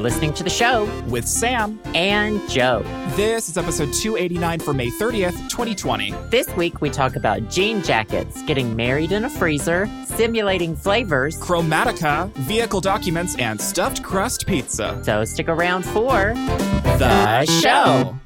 listening to the show with Sam. and Joe. This is episode 289 for May 30th, 2020. This week, we talk about jean jackets, getting married in a freezer, simulating flavors. Chromatica, vehicle documents, and stuffed crust pizza. So stick around for The show.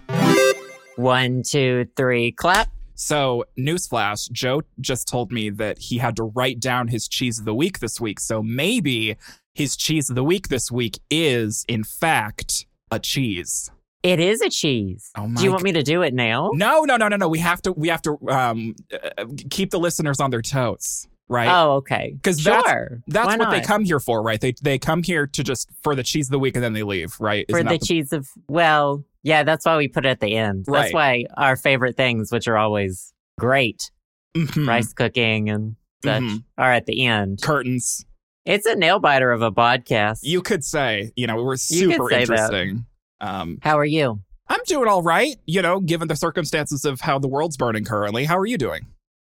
one, two, three, clap. So, newsflash, Joe just told me that he had to write down his cheese of the week this week. So maybe his cheese of the week this week is, in fact, a cheese. It is a cheese. Oh Do you want me to do it now? No, no, no, no, no. We have to we have to um uh, keep the listeners on their toes, right? Oh, okay. 'Cause sure. that's- That's Why what they not? come here for, right? They they come here to just for the cheese of the week and then they leave, right? for Isn't the that cheese of well, yeah, that's why we put it at the end. That's why our favorite things, which are always great, Mhm. rice cooking and such, Mhm. are at the end. curtains? It's a nail biter of a podcast. You could say, you know, we're You could super say that. interesting. Um, How are you? I'm doing all right, you know, given the circumstances of how the world's burning currently. How are you doing?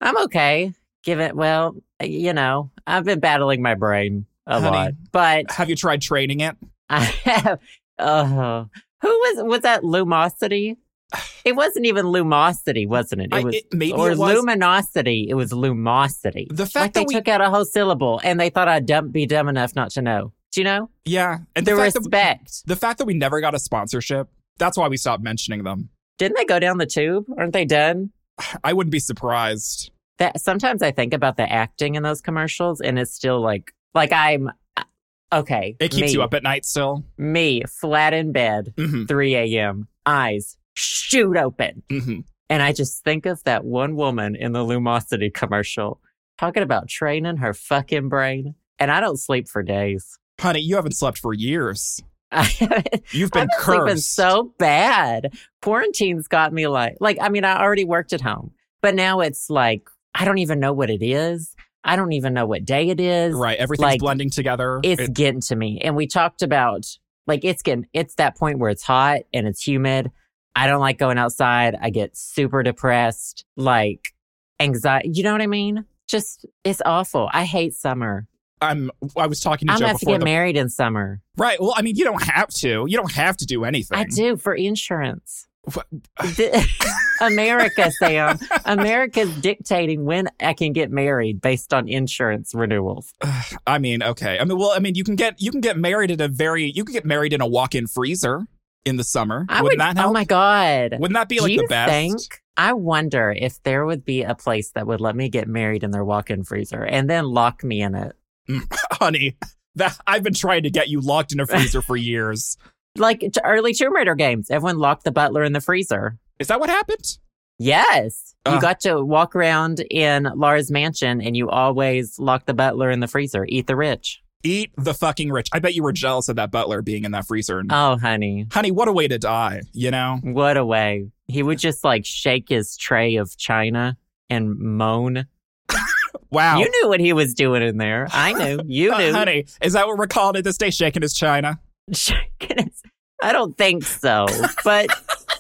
I'm okay. Give it well, you know, I've been battling my brain a Honey. lot, but Have you tried training it? I have. Oh, who was was that? Lumosity. It wasn't even lumosity, wasn't it? I- It was. it- maybe or it was. luminosity. It was lumosity. the fact Like they that we, took out a whole syllable and they thought I'd dumb, be dumb enough not to know. Do you know? yeah, and The, the fact that respect. the fact that we never got a sponsorship. That's why we stopped mentioning them. Didn't they go down the tube? Aren't they done? I wouldn't be surprised. That sometimes I think about the acting in those commercials and it's still like like I'm uh, okay. It keeps me, you up at night still. Me flat in bed, hmm 3 a.m. Eyes shoot open. hmm And I just think of that one woman in the Lumosity commercial talking about training her fucking brain. And I don't sleep for days. Honey, you haven't slept for years. I haven't- You've been I've been cursed. sleeping so bad. Quarantine's got me like, like I mean, I already worked at home, but now it's like I don't even know what it is. I don't even know what day it is. right, everything's like, blending together. It's It- getting to me. And we talked about like it's getting it's that point where it's hot and it's humid. I don't like going outside. I get super depressed, like anxiety. You know what I mean? Just it's awful. I hate summer. I'm. I was talking to I'm Joe gonna have to before get the married in summer. Right. Well, I mean, you don't have to. You don't have to do anything. I do for insurance. What- Th- America, Sam. America's dictating when I can get married based on insurance renewals. I mean, okay. I mean, well, I mean, you can get you can get married at a very you can get married in a walk-in freezer in the summer. I Wouldn't that help? Oh my God. Wouldn't that be like Do you the best? think? I wonder if there would be a place that would let me get married in their walk-in freezer and then lock me in it. Honey, that I've been trying to get you locked in a freezer for years. Like to early Tomb Raider games, everyone locked the butler in the freezer. Is that what happened? Yes. You Ugh. got to walk around in Laura's mansion and you always lock the butler in the freezer. Eat the rich. Eat the fucking rich. I bet you were jealous of that butler being in that freezer. And, Oh, honey. honey, what a way to die, you know? What a way. He would just like shake his tray of china and moan. Wow. You knew what he was doing in there. I knew. You Uh, knew. honey, is that what we're calling it this day? Shaking his china. Shaking his- I don't think so, but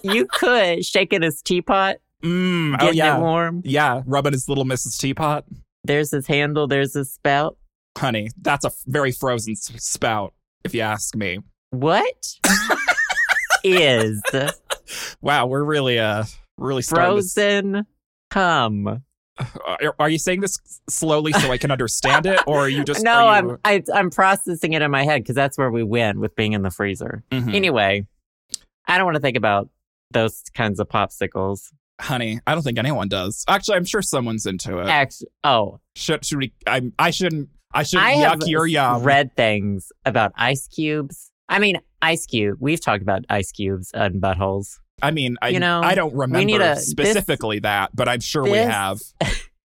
you could shaking his teapot, Mm, getting oh yeah, it warm. yeah. Rubbing his little Mrs. Teapot. There's his handle, there's his spout. honey, that's a f- very frozen s- spout, if you ask me. What is Wow, we're really, uh, really starting. to- frozen cum? Are, are you saying this slowly so I can understand it, or are you just? No, are I'm you- I, I'm processing it in my head because that's where we win with being in the freezer. Mhm. Anyway, I don't want to think about those kinds of popsicles. honey. I don't think anyone does. Actually, I'm sure someone's into it. Actually, oh, Should, should we? I, I shouldn't. I shouldn't I have yuck your yum. read things about ice cubes. I mean, ice cube. We've talked about ice cubes and buttholes. I mean, I, you know, I don't need remember a- this- specifically that, but I'm sure we this- have.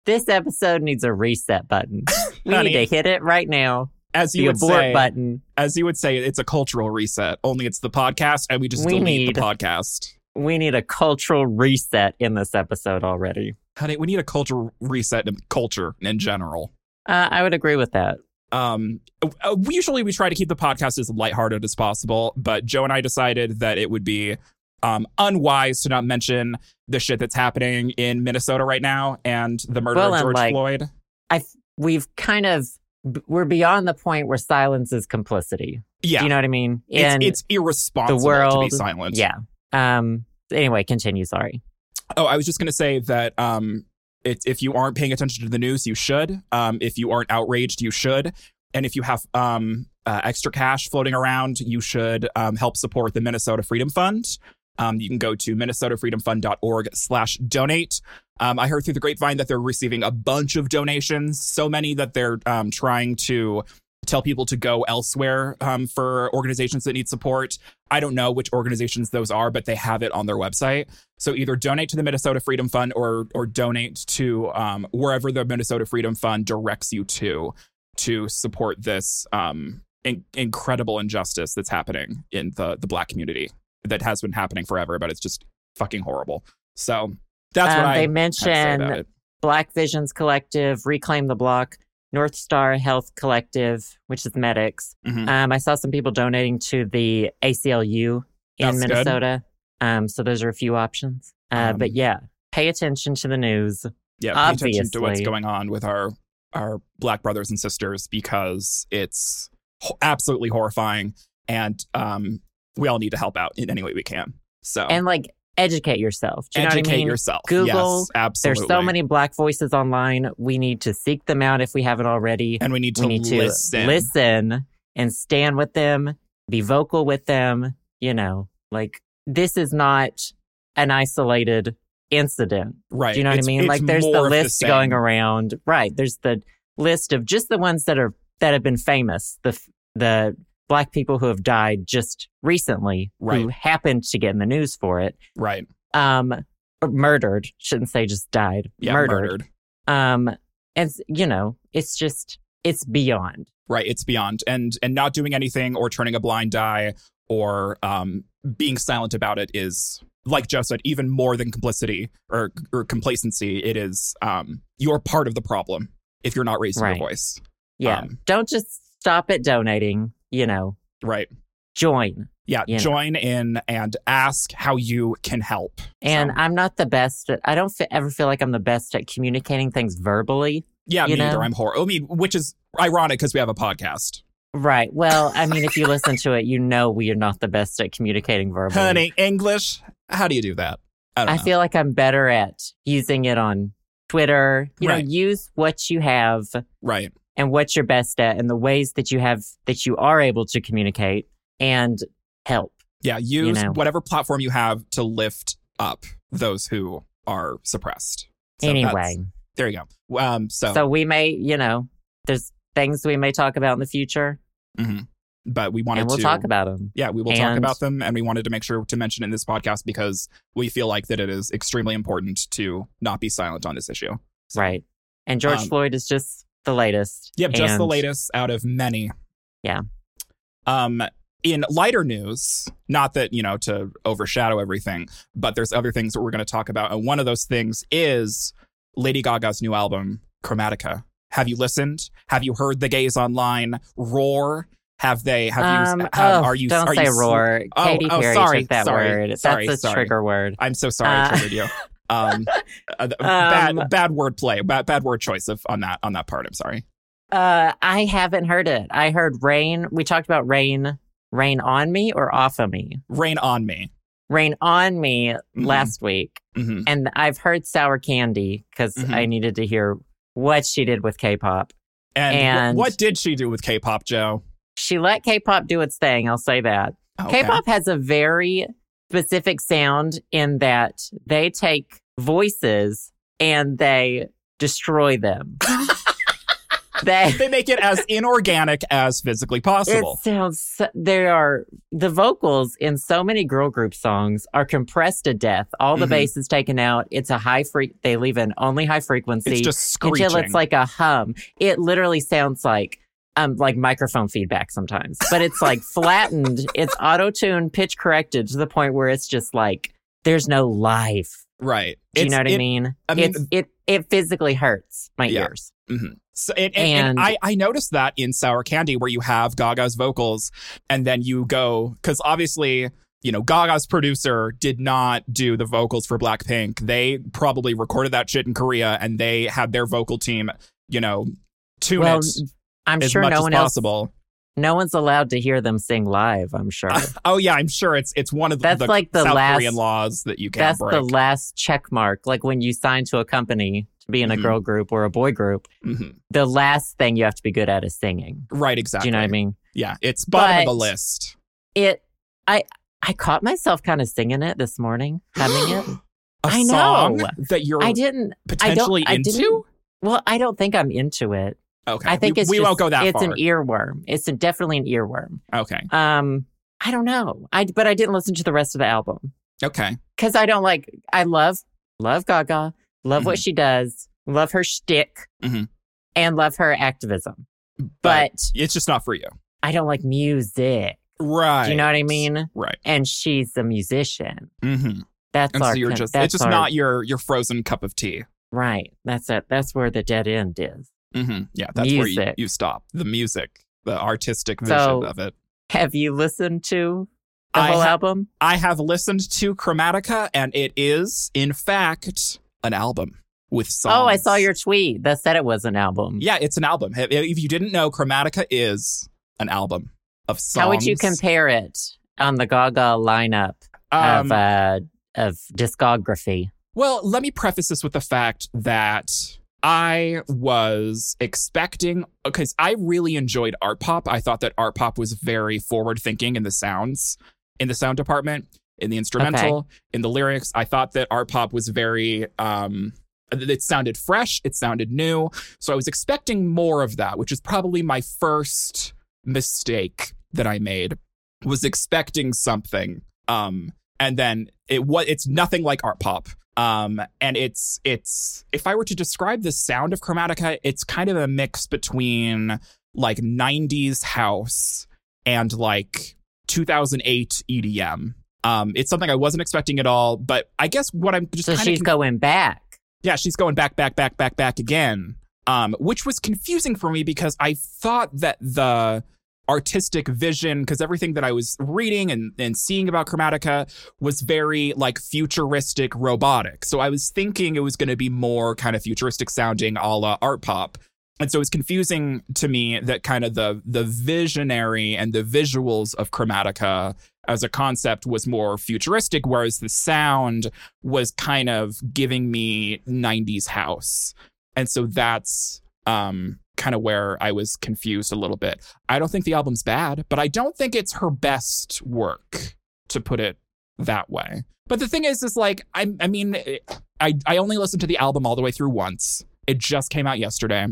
This episode needs a reset button. We Honey. need to hit it right now. As The you would abort say, button. as you would say, it's a cultural reset. Only it's the podcast, and we just We delete need- the podcast. We need a cultural reset in this episode already. Honey, we need a culture reset in culture in general. Uh, I would agree with that. Um, uh, we- usually we try to keep the podcast as lighthearted as possible, but Joe and I decided that it would be um, unwise to not mention the shit that's happening in Minnesota right now and the murder Well, of and, George like- Floyd. We've kind of b- we're beyond the point where silence is complicity. Yeah. Do you know what I mean? it's, And it's irresponsible to be world- silent. yeah. Um. Anyway, continue. Sorry. Oh, I was just going to say that um, it, if you aren't paying attention to the news, you should. Um, if you aren't outraged, you should. And if you have um, uh, extra cash floating around, you should um, help support the Minnesota Freedom Fund. Um, you can go to minnesotafreedomfund.org slash donate. Um, I heard through the grapevine that they're receiving a bunch of donations, so many that they're um, trying to tell people to go elsewhere um, for organizations that need support. I don't know which organizations those are, but they have it on their website. So either donate to the Minnesota Freedom Fund or or donate to um, wherever the Minnesota Freedom Fund directs you to to support this um, in- incredible injustice that's happening in the the Black community that has been happening forever, but it's just fucking horrible. So that's um, what I they have to say about mention it. Black Visions Collective, Reclaim the Block, North Star Health Collective, which is medics. Mhm. Um, I saw some people donating to the ACLU in That's good. Minnesota. Um, so those are a few options. Uh, Um, oh. but yeah, pay attention to the news. yeah, pay attention to what's Obviously. going on with our our black brothers and sisters because it's ho- absolutely horrifying, and um, we all need to help out in any way we can. So And like educate yourself. Do you educate know what I mean? yourself. Google, yes, There's absolutely. so many black voices online. We need to seek them out if we haven't already. and we need to, we need to listen. listen and stand with them, be vocal with them. You know, like this is not an isolated incident. Right? Do you know It's- what I mean? it's Like there's the more of list same. going around. Right. There's the list of just the ones that are that have been famous. The f- the black people who have died just recently who Right. happened to get in the news for it. Right? Um or murdered, shouldn't say just died. Yeah, murdered. murdered. Um and s- you know, it's just it's beyond. right it's beyond and and not doing anything or turning a blind eye or um being silent about it is like joe said even more than complicity or, or complacency it is um you're part of the problem if you're not raising Right. your voice Yeah. Um, Don't just stop at donating, you know. right Join. yeah You know. join in and ask how you can help And So- I'm not the best at, I don't fe- ever feel like I'm the best at communicating things verbally. yeah You me know. either i'm horrible i mean which is ironic because we have a podcast Right. Well, I mean, if you listen to it, you know we are not the best at communicating verbally. honey english how do you do that i don't I know feel like I'm better at using it on Twitter. You Right. know, use what you have right and what you're best at and the ways that you have that you are able to communicate and help. yeah use know. whatever platform you have to lift up those who are suppressed So anyway, that's- there you go um so, so we may, you know, there's things we may talk about in the future mhm. but we wanted and we'll to talk about them. yeah we will talk and- about them and we wanted to make sure to mention in this podcast because we feel like that it is extremely important to not be silent on this issue So- Right. And George Um, Floyd is just the latest. Yep, just the And- latest out of many. Yeah. Um, in lighter news, not that you know to overshadow everything, but there's other things that we're going to talk about, and one of those things is Lady Gaga's new album, Chromatica. Have you listened? Have you heard the gays online roar? Have they? Have you? Um, have, oh, are you? Don't are say you sl- roar. Oh, Katy oh, Perry sorry, took that sorry, word. sorry, That's a sorry. trigger word. I'm so sorry, Uh, I triggered you. Um, uh, Um, th- bad, bad word play, bad, bad word choice of, on that on that part. I'm sorry. Uh, I haven't heard it. I heard rain. We talked about rain. Rain on me or off of me. Rain on me. Rain on me Mhm. last week, hmm and I've heard sour candy because Mhm. I needed to hear what she did with K-pop. And, wh- And- what did she do with K-pop, Joe? She let K-pop do its thing. I'll say that. Okay. K-pop has a very specific sound in that they take voices and they destroy them. they They make it as inorganic as physically possible. It sounds so- there are the vocals in so many girl group songs are compressed to death. All the Mhm. bass is taken out. It's a high freak. They leave in only high It's, frequency just screeching. until it's like a hum. It literally sounds like um like microphone feedback sometimes, but it's like flattened. It's auto tuned, pitch corrected to the point where it's just like there's no life. right. Do you It's- know what I it- mean? I mean- it's, it it physically hurts my Yeah. ears. So, and and, and And- I, I noticed that in Sour Candy, where you have Gaga's vocals, and then you go because obviously, you know, Gaga's producer did not do the vocals for Blackpink. They probably recorded that shit in Korea, and they had their vocal team, you know, tune Well, it. I'm as sure much no as one else, possible. no one's allowed to hear them sing live. I'm sure oh yeah, I'm sure it's it's one of the, That's the like the South last- Korean laws that you can't that's break. the last check mark. Like when you sign to a company to be in Mhm. a girl group or a boy group, Mhm. the last thing you have to be good at is singing. Right, exactly. Do you know what I mean? Yeah, it's bottom of the But- list. It, I, I caught myself kind of singing it this morning, humming it. A I song know. that you're I didn't. potentially I into. didn't- Well, I don't think I'm into it. okay, I think we, it's we just, won't go that It's far. an e earworm. It's a, definitely an earworm. okay, Um, I don't know. I but I didn't listen to the rest of the album okay, because I don't like. I love love Gaga. Love Mm-hmm. what she does. Love her shtick, Mhm. and love her activism. but, But, it's just not for you, I don't like music. right? Do you know what I mean? Right. And she's a musician. Mm-hmm. That's And our. so you're con- just that's it's just our- not your your frozen cup of tea. right. That's it. That's where the dead end is. hmm Yeah, that's where you, Music. you stop. The music, the artistic vision So, of it. Have you listened to the I whole ha- album? I have listened to Chromatica, and it is, in fact, an album with songs. Oh, I saw your tweet that said it was an album. Yeah, it's an album. If- If you didn't know, Chromatica is an album of songs. How would you compare it on the Gaga lineup Um, of uh, of discography? Well, let me preface this with the fact that I was expecting because I really enjoyed art pop. I thought that art pop was very forward thinking in the sounds, in the sound department, in the instrumental, in the lyrics. I thought that art pop was very um th- it sounded fresh, it sounded new. So I was expecting more of that, which is probably my first mistake that I made was expecting something um and then it was it's nothing like art pop um and it's it's if i were to describe the sound of chromatica it's kind of a mix between like 90s house and like 2008 edm E um it's something i wasn't expecting at all but i guess what i'm just So kind she's of going back. yeah, she's going back, back, back, back, back again. Um, which was confusing for me because I thought that the artistic vision, because everything that I was reading and, and seeing about Chromatica was very like futuristic robotic. So I was thinking it was going to be more kind of futuristic sounding a la art pop. And so it's confusing to me that kind of the the visionary and the visuals of Chromatica as a concept was more futuristic, whereas the sound was kind of giving me 90s house. And so that's um kind of where I was confused a little bit. I don't think the album's bad, but I don't think it's her best work to put it that way. But the thing is is like I I mean I I only listened to the album all the way through once. It just came out yesterday.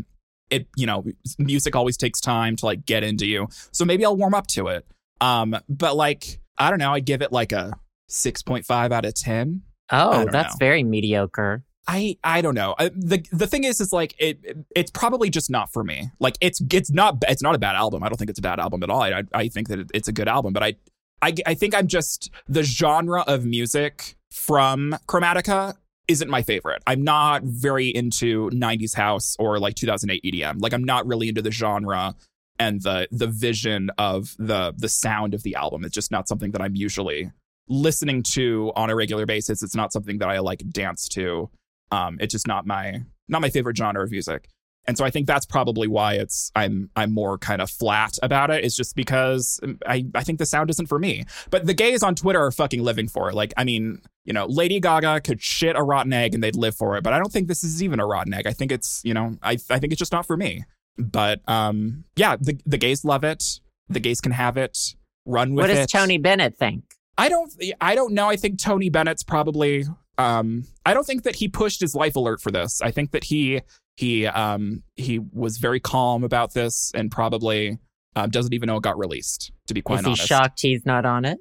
It you know, music always takes time to like get into you. So maybe I'll warm up to it. Um but like I don't know, I'd give it like a 6.5 out of 10. I Oh, don't that's know. very mediocre. I I don't know. I, the The thing is, is like it. It's probably just not for me. Like it's it's not it's not a bad album. I don't think it's a bad album at all. I I, I think that it, it's a good album. But I, I I think I'm just the genre of music from Chromatica isn't my favorite. I'm not very into 90s house or like 2008 EDM. E Like I'm not really into the genre and the the vision of the the sound of the album. It's just not something that I'm usually listening to on a regular basis. It's not something that I like dance to. Um, it's just not my not my favorite genre of music. And so I think that's probably why it's I'm I'm more kind of flat about it. It's just because um, I, I think the sound isn't for me. But the gays on Twitter are fucking living for it. Like, I mean, you know, Lady Gaga could shit a rotten egg and they'd live for it. But I don't think this is even a rotten egg. I think it's, you know, I I think it's just not for me. But um yeah, the the gays love it. The gays can have it. Run with What does it. Tony Bennett think? I don't I don't know. I think Tony Bennett's probably um I don't think that he pushed his life alert for this. I think that he he um he was very calm about this and probably um, doesn't even know it got released, to be quite Is he honest. shocked he's not on it?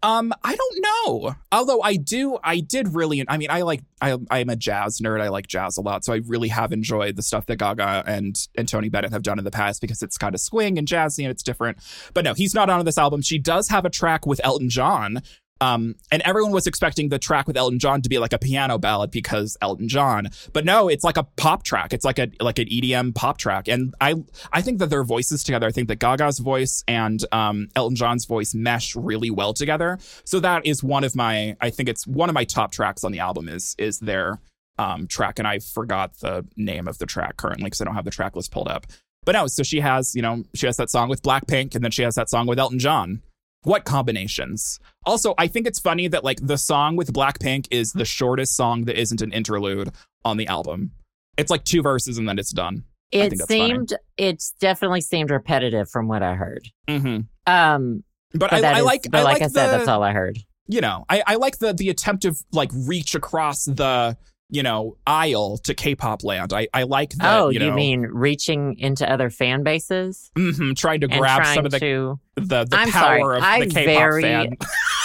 Um, I don't know. Although I do, I did really. I mean, I like. I I am a jazz nerd. I like jazz a lot, so I really have enjoyed the stuff that Gaga and and Tony Bennett have done in the past because it's kind of swing and jazzy and it's different. But no, he's not on this album. She does have a track with Elton John. Um, and everyone was expecting the track with Elton John to be like a piano ballad because Elton John, but no, it's like a pop track. It's like a like an EDM pop track, and I I think that their voices together. I think that Gaga's voice and um, Elton John's voice mesh really well together. So that is one of my. I think it's one of my top tracks on the album. Is is their um, track, and I forgot the name of the track currently because I don't have the track list pulled up. But no, so she has, you know, she has that song with Blackpink and then she has that song with Elton John. What combinations? Also, I think it's funny that like the song with Blackpink is the shortest song that isn't an interlude on the album. It's like two verses and then it's done. I It think that's funny. seemed, it definitely seemed repetitive from what I heard. Mm-hmm. Um, But, but I, that I is- like, but I like like I said, the, that's all I heard. you know, I, I like the the attempt of like reach across the you know aisle to K-pop land. I I like that. oh, you, you, know, mean reaching into other fan bases mhm, trying to and grab trying some of the to? the, the I'm power sorry, of I the K-pop very- fan.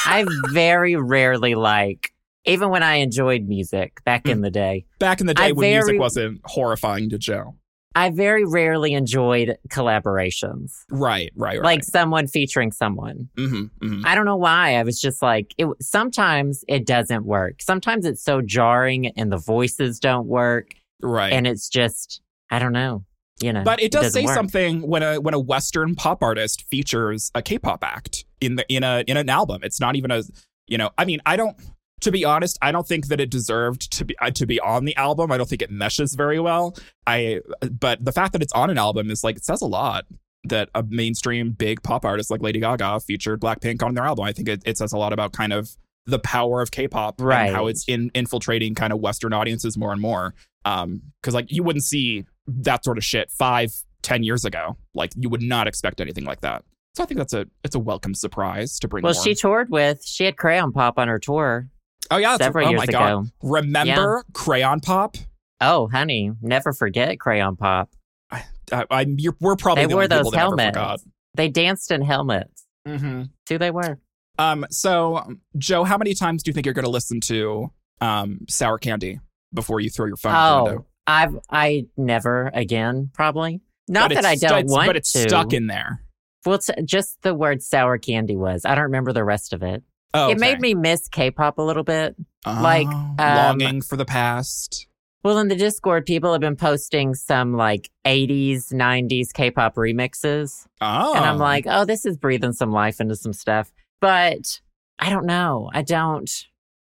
I very rarely like, even when I enjoyed music Hmm. back in the day, Back in the day I when music very- wasn't horrifying to Joe. I very rarely enjoyed collaborations, Right, right, right. like someone featuring someone. hmm hmm I don't know why. I was just like, it, sometimes it doesn't work. Sometimes it's so jarring and the voices don't work. right. And it's just, I don't know, you know. but it does doesn't say work. something when a when a Western pop artist features a K-pop act in the in a in an album. It's not even a you know. I mean, I don't. To be honest, I don't think that it deserved to be uh, to be on the album. I don't think it meshes very well. I but the fact that it's on an album is like it says a lot that a mainstream big pop artist like Lady Gaga featured Blackpink on their album. I think it, it says a lot about kind of the power of K-pop Right. and how it's in infiltrating kind of Western audiences more and more. Um, because like you wouldn't see that sort of shit five, ten years ago. Like you would not expect anything like that. So I think that's a it's a welcome surprise to bring. Well, more. she toured with, she had Crayon Pop on her tour oh yeah, that's, several oh years my ago. god, remember Crayon Pop? Oh, honey, never forget Crayon Pop. I, I, you're, we're probably They the wore only people those that ever helmets. forgot. They danced in helmets. Mm-hmm. That's who they were. Um, so um, Joe, how many times do you think you're going to listen to um Sour Candy before you throw your phone? out the Oh, window? I've I never again probably. Not But that I it's- don't it's- want but it's to. stuck in there. well, t- just the word sour candy was. I don't remember the rest of it. Oh, It made okay. me miss K-pop a little bit. Oh, like, um, longing for the past. Well, in the Discord, people have been posting some like 80s, 90s K-pop remixes, Oh, and I'm like, oh, this is breathing some life into some stuff. But I don't know. I don't.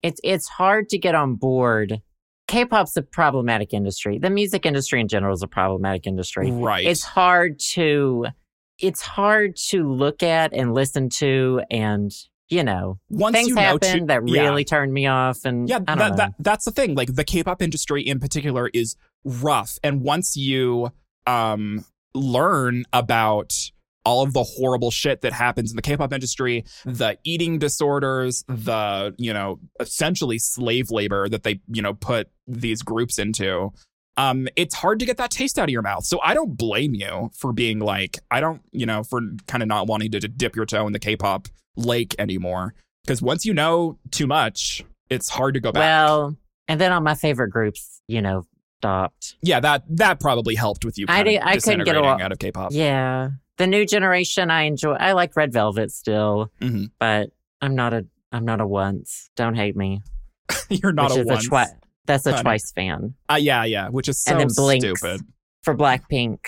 It's it's hard to get on board. K-pop's a problematic industry. The music industry in general is a problematic industry. right. it's hard to it's hard to look at and listen to and you know Once things you know happen to- that yeah. really turned me off and yeah I don't know. that, that, that's the thing like the k-pop industry in particular is rough and once you um learn about all of the horrible shit that happens in the k-pop industry the eating disorders the you know essentially slave labor that they you know put these groups into um it's hard to get that taste out of your mouth so i don't blame you for being like i don't you know for kind of not wanting to dip your toe in the k-pop lake anymore because once you know too much it's hard to go back well and then all my favorite groups you know stopped yeah that that probably helped with you I kind of di- I couldn't get a disintegrating lot- out of k-pop yeah the new generation I enjoy I like Red Velvet still Mhm. but I'm not a I'm not a once don't hate me you're not which a is once a twi- that's a Honey. Twice fan Uh, yeah yeah which is so And then Blinks. stupid for Blackpink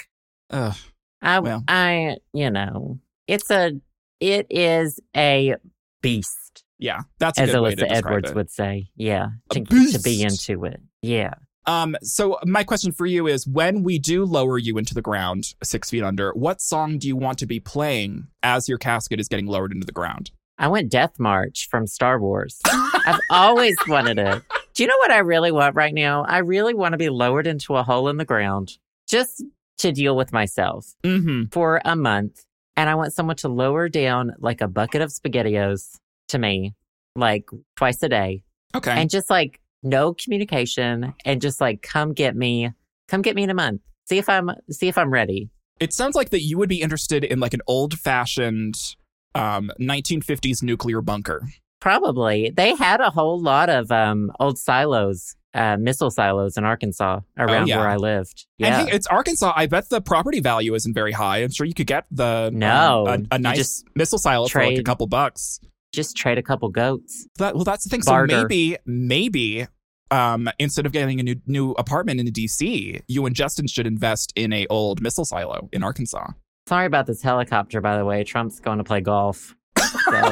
Ugh. I, Well. I, you know, it's a, it is a beast, yeah that's a as good way to Alyssa describe Edwards it. would say. Yeah, A to, to be beast. into it. Yeah. um so my question for you is when we do lower you into the ground six feet under what song do you want to be playing as your casket is getting lowered into the ground I went Death March from Star Wars. I've always wanted it. Do you know what I really want right now? I really want to be lowered into a hole in the ground just to deal with myself mm-hmm for a month. And I want someone to lower down like a bucket of SpaghettiOs to me, like twice a day. okay and just like no communication and just like come get me come get me in a month see if i'm see if i'm ready It sounds like that you would be interested in like an old fashioned um, 1950s nuclear bunker. probably they had a whole lot of um old silos uh missile silos in arkansas around Oh, yeah. where i lived And yeah hey, it's Arkansas. I bet the property value isn't very high. I'm sure you could get the um, No. a- a, You nice just missile silo for like a trade. couple bucks. just trade a couple goats That, well, that's the thing. Barter. So maybe, maybe um, instead of getting a new new apartment in DC, you and Justin should invest in a old missile silo in Arkansas. sorry about this helicopter by the way trump's going to play golf so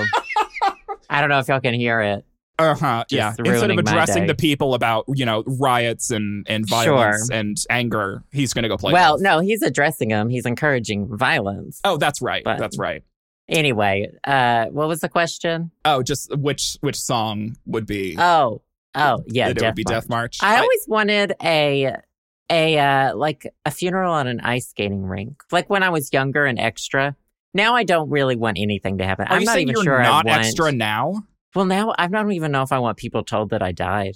i don't know if y'all can hear it Uh huh. Just Yeah. ruining Instead of my addressing day. the people about you know riots and and violence and anger, he's gonna go play. well, golf. no, he's addressing them. He's encouraging violence. Oh, that's right. But- That's right. Anyway, uh, what was the question? Oh, just which which song would be? Oh, oh, yeah, that it Death would be March. Death March. I always wanted a a uh, like a funeral on an ice skating rink, like when I was younger and extra. Now I don't really want anything to happen. Are I'm Oh, you not saying even you're sure not I want. extra now? Well, now I don't even know if I want people told that I died.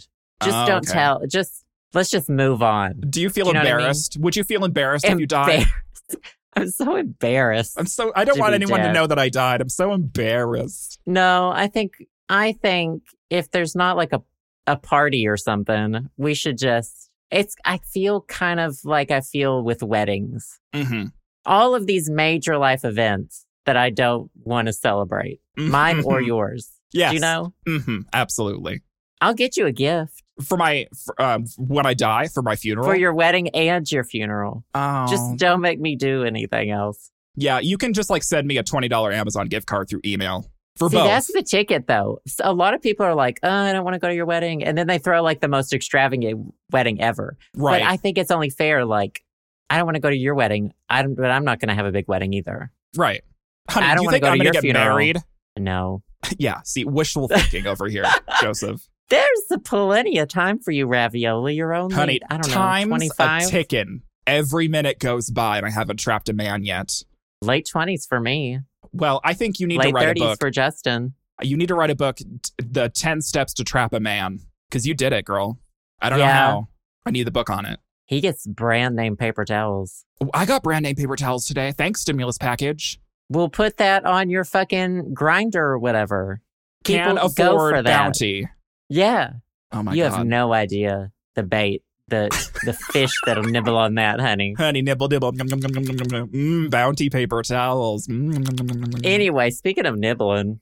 Just Oh, don't okay. tell. Just let's just move on. Do you feel Do you know what I mean? embarrassed? Would you feel embarrassed if you died? Embarrassed. I'm so embarrassed. I'm so I don't to want be anyone to dead. know that I died. I'm so embarrassed. No, I think I think if there's not like a a party or something, we should just it's I feel kind of like I feel with weddings. Mm-hmm. All of these major life events that I don't want to celebrate, Mm-hmm. mine or yours. yes, Do you know? hmm absolutely. I'll get you a gift For my for, um, when I die for my funeral. for your wedding and your funeral. oh, Just don't make me do anything else. yeah, you can just like send me a twenty dollar Amazon gift card through email for See, both. that's the ticket though. So a lot of people are like, oh, I don't want to go to your wedding. And then they throw like the most extravagant wedding ever. right. But I think it's only fair. Like, I don't want to go to your wedding. I don't, but I'm not going to have a big wedding either. Right. Honey, I don't you wanna think go to I'm gonna your get funeral. married? No, Yeah. See, wishful thinking over here, Joseph. there's plenty of time for you, ravioli. You're only, Honey, I don't know, time's a 25, ticking. Every minute goes by, and I haven't trapped a man yet. late 20s for me, Well, I think you need to late write 30s a book. for Justin. you need to write a book, t- the ten steps to trap a man, because you did it, girl. I don't know Yeah. how. I need the book on it. He gets brand name paper towels. I got brand name paper towels today. Thanks, stimulus package. We'll put that on your fucking grinder or whatever. Can People go afford for that. bounty. Yeah. Oh my you god, have no idea the bait, the the fish that'll nibble on that, honey. honey, nibble dibble, Nom, nom, nom, nom, nom, nom. Mm, bounty paper towels. Mm, nom, nom, nom, nom, nom, nom. Anyway, speaking of nibbling,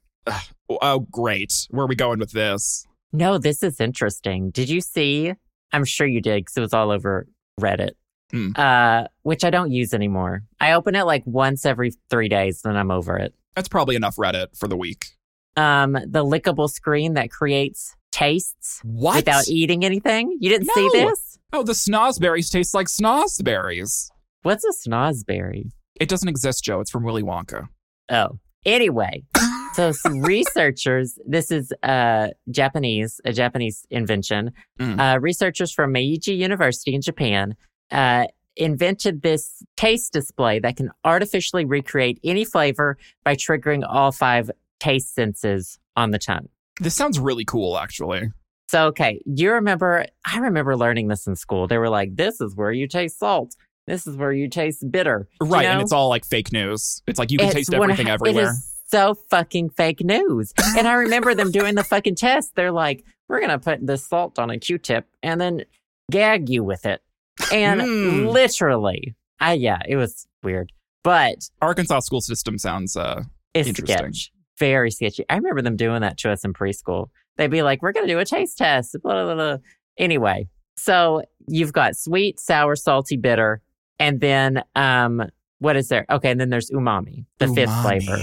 Oh, great. Where are we going with this? No, this is interesting. Did you see? I'm sure you did because it was all over Reddit, Mm. uh, which I don't use anymore. I open it like once every three days, then I'm over it. That's probably enough Reddit for the week. Um, the lickable screen that creates tastes What? without e- eating anything. You didn't see No. this? oh, the snozberries taste like snozberries. What's a snozberry? It doesn't exist, Joe. It's from Willy Wonka. Oh, anyway. so s- researchers, this is uh, Japanese, a Japanese invention. Mm. Uh, researchers from Meiji University in Japan uh, invented this taste display that can artificially recreate any flavor by triggering all five taste senses on the tongue. This sounds really cool, actually. So, okay, you remember, I remember learning this in school. They were like, this is where you taste salt. This is where you taste bitter. You Right, and know? it's all like fake news. It's like you can It's taste one- everything everywhere. It is so fucking fake news. And I remember them doing the fucking test. They're like, we're going to put this salt on a Q tip and then gag you with it. And Mm. literally, I, yeah, it was weird, but Arkansas school system sounds uh it's Interesting. sketch. Very sketchy. I remember them doing that to us in preschool. They'd be like, we're going to do a taste test. Blah, blah, blah. Anyway, so you've got sweet, sour, salty, bitter. And then, um, what is there? Okay. And then there's umami, the fifth umami. flavor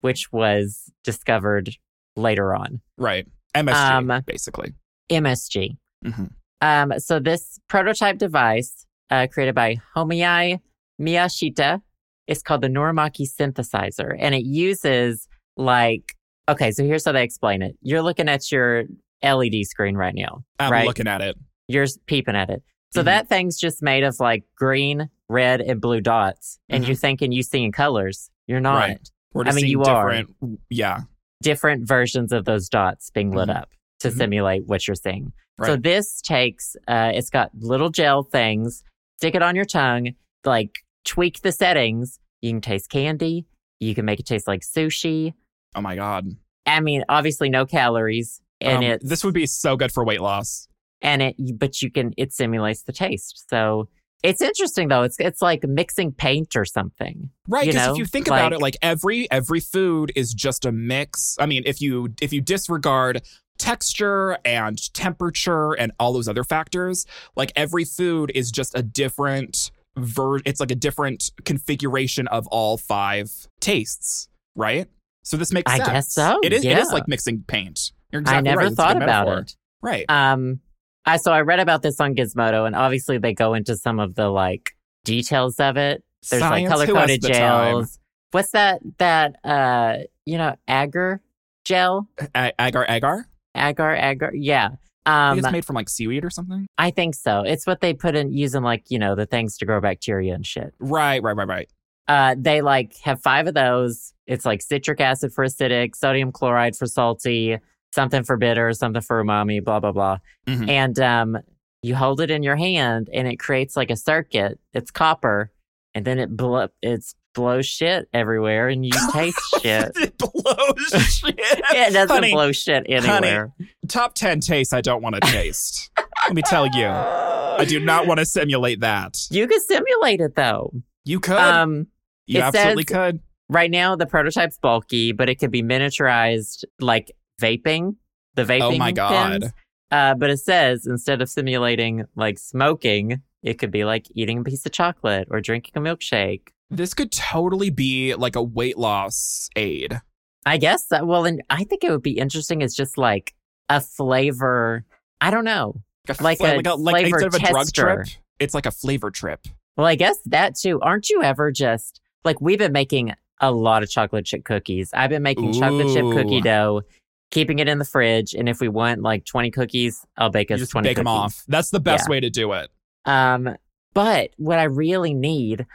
which was discovered later on. Right. MSG Um, basically. MSG. Mhm. Um, so this prototype device uh, created by Homiai Miyashita is called the Norimaki synthesizer, and it uses like okay. So here's how they explain it. You're looking at your LED screen right now. I'm right. looking at it. You're s- peeping at it. So Mhm. that thing's just made of like green, red, and blue dots, and Mhm. you're thinking you seeing colors. You're not. Right. We're I just mean, seeing you are. different yeah. different versions of those dots being lit Mhm. up to Mhm. simulate what you're seeing. So Right. this takes, uh, it's got little gel things, stick it on your tongue, like tweak the settings. You can taste candy. You can make it taste like sushi. Oh my god. I mean, obviously no calories and Um, it, this would be so good for weight loss. and it, but you can, it simulates the taste. So it's interesting though. It's, it's like mixing paint or something. Right, You because know, if you think like- about it, like every every food is just a mix. I mean, if you if you disregard texture and temperature and all those other factors, like every food is just a different ver it's like a different configuration of all five tastes, right? So this makes I sense. guess so, It is it yeah. is like mixing paint. You're exactly I never right. It's a good thought about metaphor. it. Right. Um, I so I read about this on Gizmodo, and obviously they go into some of the like details of it. There's Science, like who color coded has the time? gels. What's that? That uh, you know, agar gel, A- agar agar. agar agar. Yeah. I Um, think it's made from like seaweed or something. I think so. It's what they put in using like you know the things to grow bacteria and shit. Right, right, right, right. Uh, they like have five of those. It's like citric acid for acidic, sodium chloride for salty, something for bitter, something for umami, blah blah blah. Mhm. And um, you hold it in your hand, and it creates like a circuit. It's copper, and then it blo- it's blows shit everywhere, and you taste shit. it blows shit. It doesn't Honey, blow shit anywhere. top 10 tastes I don't want to taste. Let me tell you, I do not want to simulate that. You could simulate it though. You could. Um, you it absolutely says- could. Right now, the prototype's bulky, but it could be miniaturized like vaping. The vaping. Oh my God. pens. Uh, but it says instead of simulating like smoking, it could be like eating a piece of chocolate or drinking a milkshake. This could totally be like a weight loss aid. I guess that. Well, and I think it would be interesting. It's just like a flavor. I don't know. Like a, Like fla- a flavor instead of a drug tester. trip, it's like a flavor trip. Well, I guess that too. Aren't you ever just like we've been making a lot of chocolate chip cookies? I've been making chocolate chip Ooh. cookie dough, keeping it in the fridge, and if we want like twenty cookies, I'll bake You us just twenty. bake them cookies. off. That's the best Yeah. way to do it. Um, but what I really need,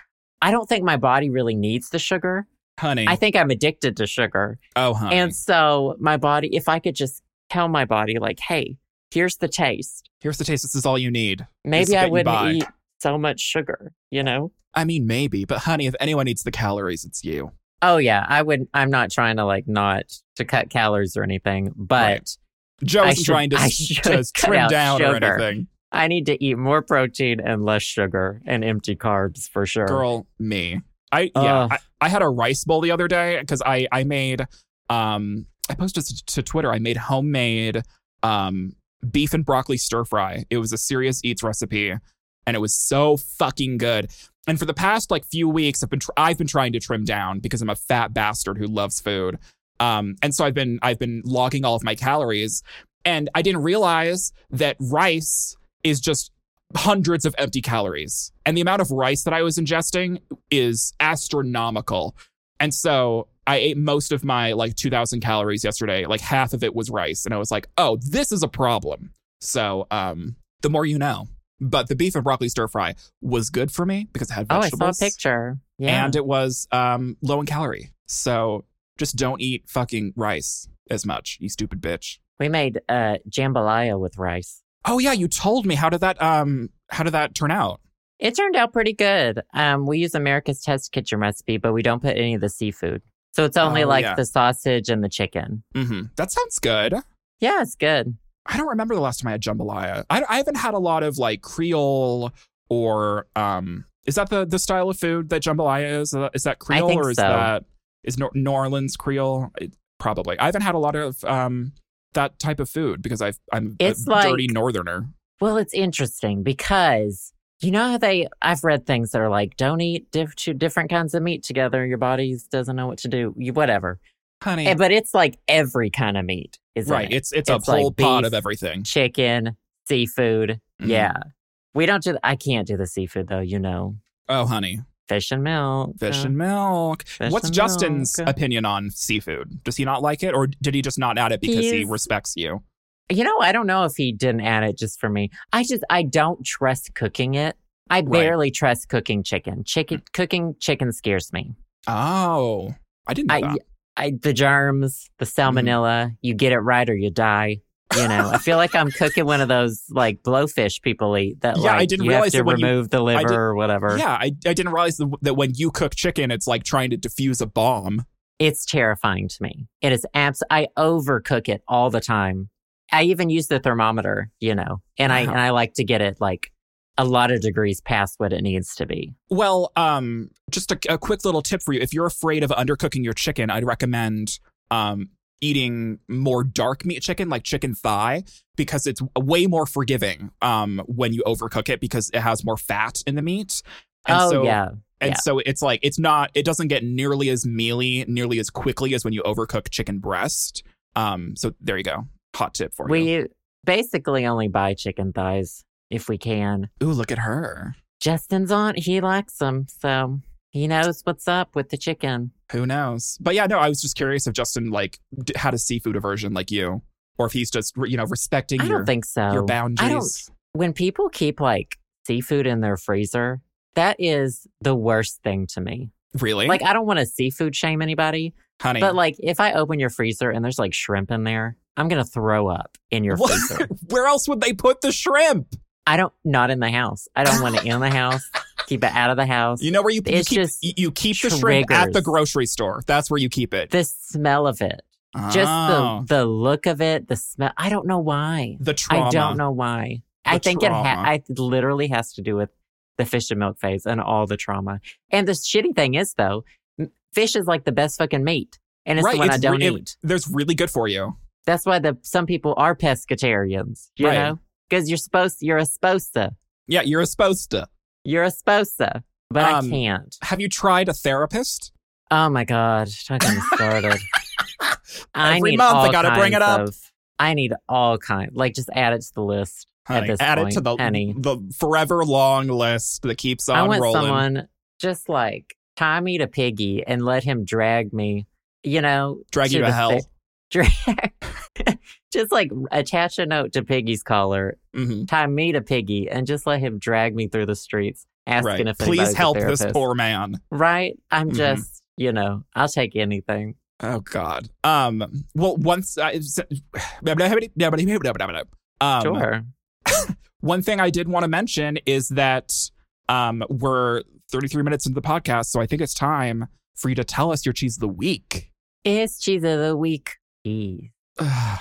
I don't think my body really needs the sugar. Honey. I think I'm addicted to sugar, oh, honey. and so my body. If I could just tell my body, like, hey, here's the taste. Here's the taste. This is all you need. Maybe will I get you wouldn't by. eat so much sugar. You know. I mean, maybe, but honey, if anyone needs the calories, it's you. Oh yeah, I would. I'm not trying to like not to cut calories or anything, but Right. Joe I isn't should- trying to, I s- should to cut trim out down or sugar. anything. I need to eat more protein and less sugar and empty carbs for sure. Girl, me. I yeah. Ugh. I, I had a rice bowl the other day because I I made um I posted to, to Twitter. I made homemade um beef and broccoli stir fry. It was a serious eats recipe, and it was so fucking good. And for the past like few weeks, I've been tr- I've been trying to trim down because I'm a fat bastard who loves food. Um, and so I've been I've been logging all of my calories, and I didn't realize that rice is just hundreds of empty calories. And the amount of rice that I was ingesting is astronomical. And so I ate most of my like 2000 calories yesterday. Like half of it was rice and I was like, "Oh, this is a problem." So, um the more you know. But the beef and broccoli stir fry was good for me because it had oh, I vegetables saw a picture. Yeah, and it was um low in calorie. So just don't eat fucking rice as much, you stupid bitch. we made uh, jambalaya with rice. Oh yeah, you told me how did that um how did that turn out? It turned out pretty good. Um, we use America's Test Kitchen recipe, but we don't put any of the seafood, so it's only Oh, like yeah. the sausage and the chicken. Mm-hmm. That sounds good. Yeah, it's good. I don't remember the last time I had jambalaya. I, I haven't had a lot of like Creole or um is that the the style of food that jambalaya is? Uh, Is that Creole think or is so. that is Nor- New Orleans Creole? It- probably. I haven't had a lot of um that type of food because I've I'm It's a like- dirty northerner. Well, it's interesting because you know how they I've read things that are like don't eat diff- two different kinds of meat together. Your body doesn't know what to do. You, whatever. Honey, Eh, But it's like every kind of meat is in right? it. It's, it's It's a like whole pot beef. of everything. chicken, seafood. Mhm. Yeah, we don't do. I can't do the seafood though. You know, Oh, honey, fish and milk. fish uh, and milk. fish What's and Justin's milk. opinion on seafood? Does he not like it, or did he just not add it because he He's- respects you? You know, I don't know if he didn't add it just for me. I just I don't trust cooking it. I barely trust cooking chicken. Chicken Mm. cooking chicken scares me. Oh, I didn't know that. I, I, the germs, the Mm-hmm. salmonella, you get it right or you die. You know, I feel like I'm cooking one of those like blowfish people eat that Yeah, I like didn't you realize have to that when you- remove the liver did- or whatever. Yeah, I, I didn't realize the, that when you cook chicken, it's like trying to defuse a bomb. It's terrifying to me. It is abs. I overcook it all the time. I even use the thermometer, you know, and I Wow. and I like to get it like a lot of degrees past what it needs to be. Well, um, just a, a quick little tip for you: if you're afraid of undercooking your chicken, I'd recommend um, eating more dark meat chicken, like chicken thigh, because it's way more forgiving um, when you overcook it because it has more fat in the meat. And oh so, yeah, and yeah. so it's like it's not it doesn't get nearly as mealy, nearly as quickly as when you overcook chicken breast. Um, so there you go. Hot tip for you. We basically only buy chicken thighs if we can. Ooh, look at her. Justin's on, he likes them. So he knows what's up with the chicken. Who knows? But yeah, no, I was just curious if Justin like d- had a seafood aversion like you, or if he's just you know respecting I your don't think so. your boundaries. when people keep like seafood in their freezer, that is the worst thing to me. Really, Like, I don't want to seafood shame anybody, honey. but like, if I open your freezer and there's like shrimp in there, I'm going to throw up in your What? freezer. Where else would they put the shrimp? I don't, not in the house. I don't want it in the house. Keep it out of the house. You know where you, you It's keep just you- you keep the shrimp at the triggers. grocery store. That's where you keep it. the smell of it, just Oh, the, the look of it, the smell. I don't know why. the trauma. I don't know why. The I think it ha- trauma. I it literally has to do with the fish and milk phase and all the trauma. And the shitty thing is though, m- fish is like the best fucking meat, and it's right? the one I it's don't re- it- eat. there's really good for you. That's why the some people are pescatarians, you Right. know, because you're supposed you're a supposed to Yeah, you're supposed to. you're a supposed to, but Um, I can't. Have you tried a therapist? Oh my god, don't get me started. I Every need month I all gotta bring it kinds up. of- I need all kind, like just add it to the list. Honey, this add it to point, the honey. the forever long list that keeps on I want rolling. someone just like tie me to Piggy and let him drag me, you know, Drag you to the hell. fa- drag, just like attach a note to Piggy's collar, Mhm. tie me to Piggy, and just let him drag me through the streets, asking if Right. anybody's Please a help this therapist. poor man. Right? I'm Mhm. just, you know, I'll take anything. Oh God. Um. Well, once I, um, Sure. One thing I did want to mention is that um, we're 33 minutes into the podcast, so I think it's time for you to tell us your cheese of the week. It's cheese of the week. Cheese. I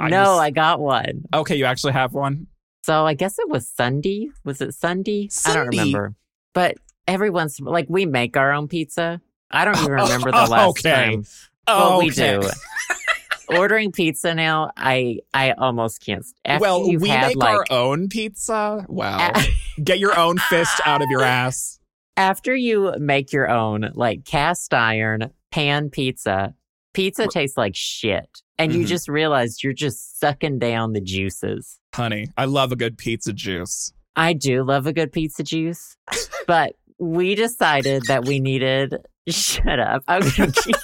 no, just- I got one. okay, you actually have one. So I guess it was Sunday. Was it Sunday? I Sunday. don't remember. But every once like we make our own pizza. I don't even remember the Oh, last okay. time. Oh, But we do. Ordering pizza now, I I almost can't. After well, you've we had make like our own pizza. Wow. a- Get your own fist out of your ass. after you make your own like cast iron pan pizza, pizza tastes like shit, and you Mhm. just realize you're just sucking down the juices. Honey, I love a good pizza juice. I do love a good pizza juice, but we decided that we needed. Shut up! I'm gonna, get-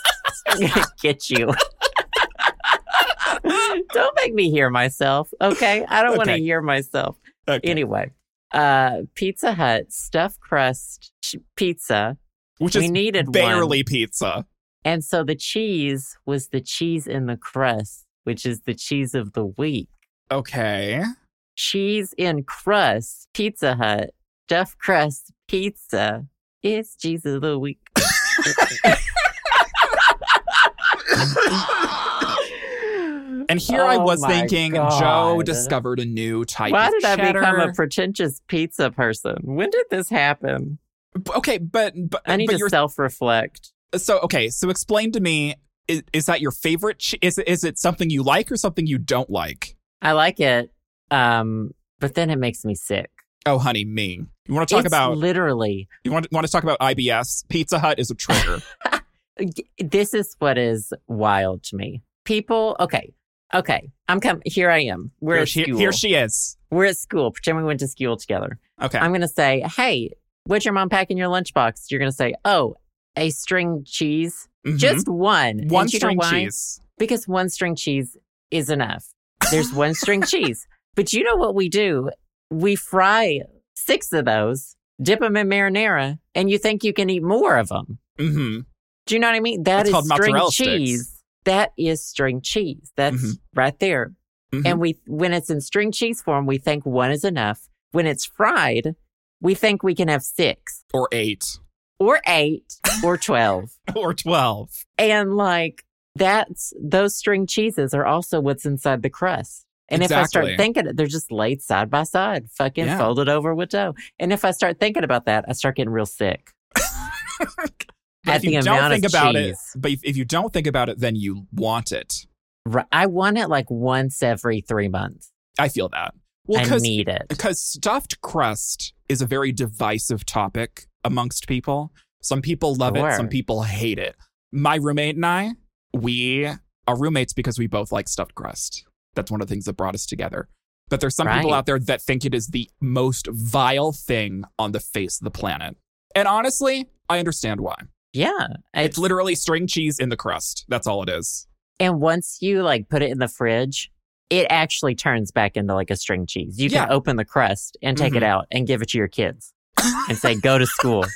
I'm gonna get you. don't make me hear myself, okay? I don't want to Okay. hear myself. Okay. Anyway, uh, Pizza Hut stuffed crust ch- pizza. Which we is needed one, barely pizza. and so the cheese was the cheese in the crust, which is the cheese of the week. Okay. cheese in crust Pizza Hut stuffed crust pizza is cheese of the week. And here I Oh was my thinking Joe God. discovered a new type Why of did I cheddar. become a pretentious pizza person? When did this happen? B- Okay, but but, I need but to you're self reflect. so okay, so explain to me is, is that your favorite che- is it- is it something you like or something you don't like? I like it, um, but then it makes me sick. Oh honey, me. You want to talk It's about literally you want, want to talk about IBS? Pizza Hut is a trigger. this is what is wild to me. People, okay, okay, I'm coming. Here I am. We're here, at she, school. here she is. We're at school. Pretend we went to school together. Okay. I'm going to say, hey, what'd your mom pack in your lunchbox? You're going to say, oh, a string cheese. Mhm. Just one. one And you know string why? cheese. Because one string cheese is enough. There's one string cheese. But you know what we do? We fry six of those, dip them in marinara, and you think you can eat more of them. Mhm. Do you know what I mean? That It's is called string mozzarella sticks. cheese. That is string cheese. That's Mhm. right there. Mhm. And we when it's in string cheese form, we think one is enough. When it's fried, we think we can have six or 8 or eight or twelve. or 12. And like that's those string cheeses are also what's inside the crust. And if I Exactly. start thinking it, they're just laid side by side, fucking Yeah. folded over with dough. And if I start thinking about that, I start getting real sick. But At if you the don't amount of think about cheese. it, but if, if you don't think about it then you want it. Ri- I want it like once every three months. I feel that. Well, I cuz need it. because stuffed crust is a very divisive topic amongst people. Some people love it, Sure. some people hate it. My roommate and I, we are roommates because we both like stuffed crust. That's one of the things that brought us together. But there's some people Right. out there that think it is the most vile thing on the face of the planet. And honestly, I understand why. Yeah. It's literally string cheese in the crust. That's all it is. And once you like put it in the fridge, it actually turns back into like a string cheese. You can Yeah. open the crust and take Mhm. it out and give it to your kids and say, go to school.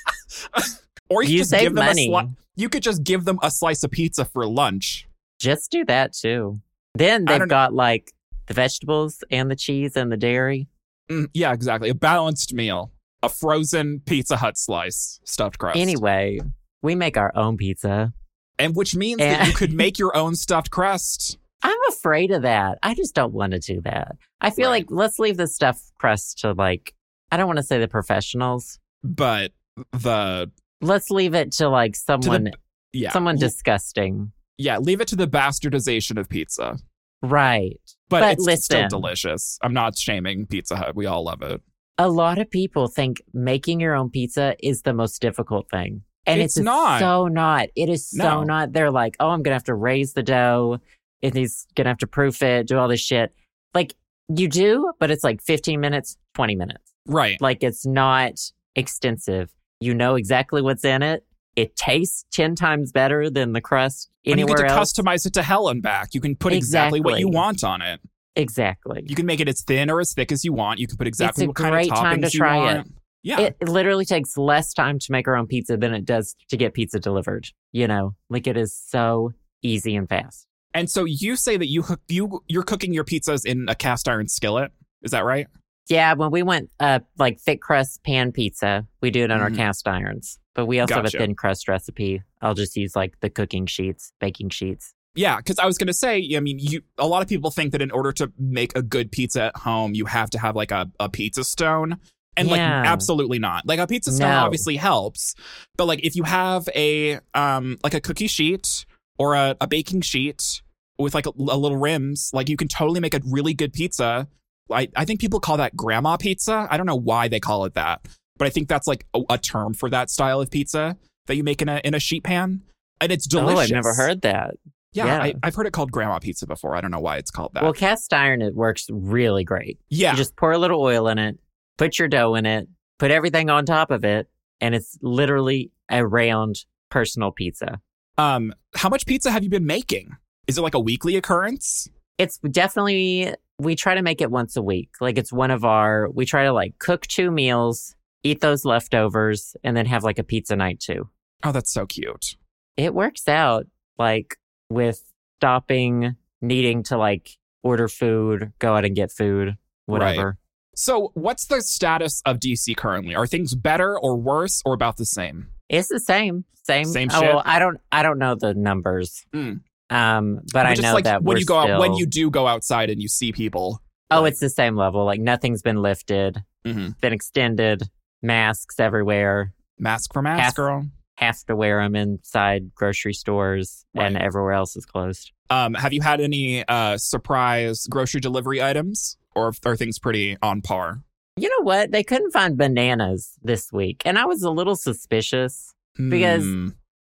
Or you, could You just save give them money. a sli- you could just give them a slice of pizza for lunch. Just do that too. Then I they've don't- got like the vegetables and the cheese and the dairy. Mm, yeah, exactly. A balanced meal. A frozen Pizza Hut slice stuffed crust. Anyway, we make our own pizza. And which means that And- you could make your own stuffed crust. I'm afraid of that. I just don't want to do that. I feel Right. like let's leave the stuff crust to like, I don't want to say the professionals. But the Let's leave it to like someone, yeah. someone L- disgusting. yeah, leave it to the bastardization of pizza. Right. But, But it's still listen. delicious. I'm not shaming Pizza Hut. We all love it. a lot of people think making your own pizza is the most difficult thing. And It's it's, not. so not. It is so No. not. They're like, oh, I'm going to have to raise the dough. And he's going to have to proof it, do all this shit. Like you do, but it's like 15 minutes, 20 minutes. Right. Like it's not extensive. You know exactly what's in it. It tastes 10 times better than the crust And you anywhere get to else. customize it to hell and back. You can put exactly. what you Exactly. want on it. exactly. You can make it as thin or as thick as you want. You can put exactly a what kind great of toppings time to you try want. Yeah. It literally takes less time to make our own pizza than it does to get pizza delivered. You know, like it is so easy and fast. and so you say that you hook, you you're cooking your pizzas in a cast iron skillet. Is that right? Yeah, when we went uh, like thick crust pan pizza, we do it on our Mhm. cast irons, but we also Gotcha. have a thin crust recipe. I'll just use like the cooking sheets, baking sheets. Yeah, because I was gonna say, I mean, you a lot of people think that in order to make a good pizza at home, you have to have like a, a pizza stone. And like Yeah. absolutely not. Like a pizza stone No. obviously helps, but like if you have a um like a cookie sheet or a, a baking sheet with like a, a little rims, like you can totally make a really good pizza. I, I think people call that grandma pizza. I don't know why they call it that, but I think that's like a, a term for that style of pizza that you make in a in a sheet pan. And it's delicious. Oh, I've never heard that. Yeah, Yeah. I, I've heard it called grandma pizza before. I don't know why it's called that. Well, cast iron, it works really great. yeah, You just pour a little oil in it, put your dough in it, put everything on top of it, and it's literally a round personal pizza. um, how much pizza have you been making? Is it like a weekly occurrence? it's definitely we try to make it once a week like it's one of our we try to like cook two meals eat those leftovers and then have like a pizza night too Oh, that's so cute. it works out like with stopping needing to like order food go out and get food whatever So, what's the status of DC currently? Are things better or worse or about the same? it's the same same Same oh, shit? well, i don't i don't know the numbers Mm. um but i just know like that when we're you go out, when still- you do go outside and you see people. oh like- it's the same level like nothing's been lifted Mhm. been extended masks everywhere Mask for mask, Half- girl. have to wear them inside grocery stores and Right. everywhere else is closed. Um, have you had any uh, surprise grocery delivery items, or are things pretty on par? You know what? They couldn't find bananas this week, and I was a little suspicious. Because Hmm.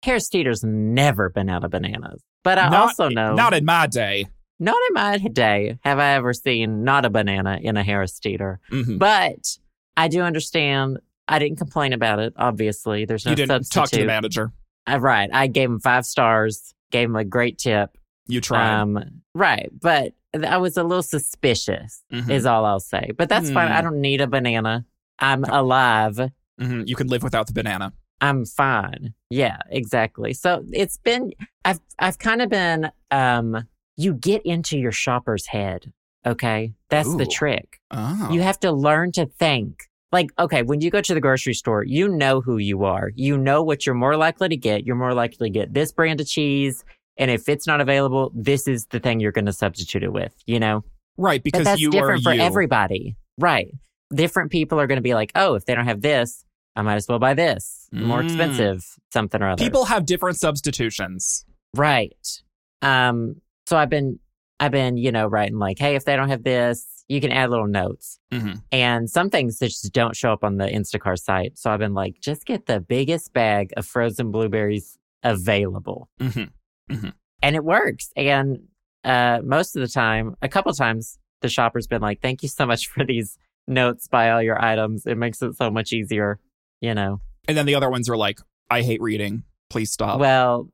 Harris Teeter's never been out of bananas, but I Not- e, also know not in my day. not in my day have I ever seen not a banana in a Harris Teeter. Mhm. But I do understand. I didn't complain about it. Obviously, there's no you didn't substitute. talk to the manager. Uh, right? I gave him five stars. Gave him a great tip. You tried. Um, right, but I was a little suspicious. Mhm. is all I'll say. But that's fine. Hmm. I don't need a banana. I'm alive. hmm You can live without the banana. I'm fine. Yeah, exactly. So it's been I've I've kind of been um you get into your shopper's head. Okay. That's Ooh. the trick. Oh. You have to learn to think. Like, okay, when you go to the grocery store, you know who you are. You know what you're more likely to get. You're more likely to get this brand of cheese. And if it's not available, this is the thing you're going to substitute it with, you know? right, But because that's you different are for you. everybody. Right. Different people are going to be like, oh, if they don't have this, I might as well buy this. More Mm. expensive, something or other. People have different substitutions. Right. Um, so I've been I've been, you know, writing like, hey, if they don't have this, you can add little notes. Mhm. And some things that just don't show up on the Instacart site. So I've been like, just get the biggest bag of frozen blueberries available. hmm And it works. And uh, most of the time, a couple times, the shopper's been like, "Thank you so much for these notes by all your items. It makes it so much easier." You know. And then the other ones are like, I hate reading. Please stop. Well,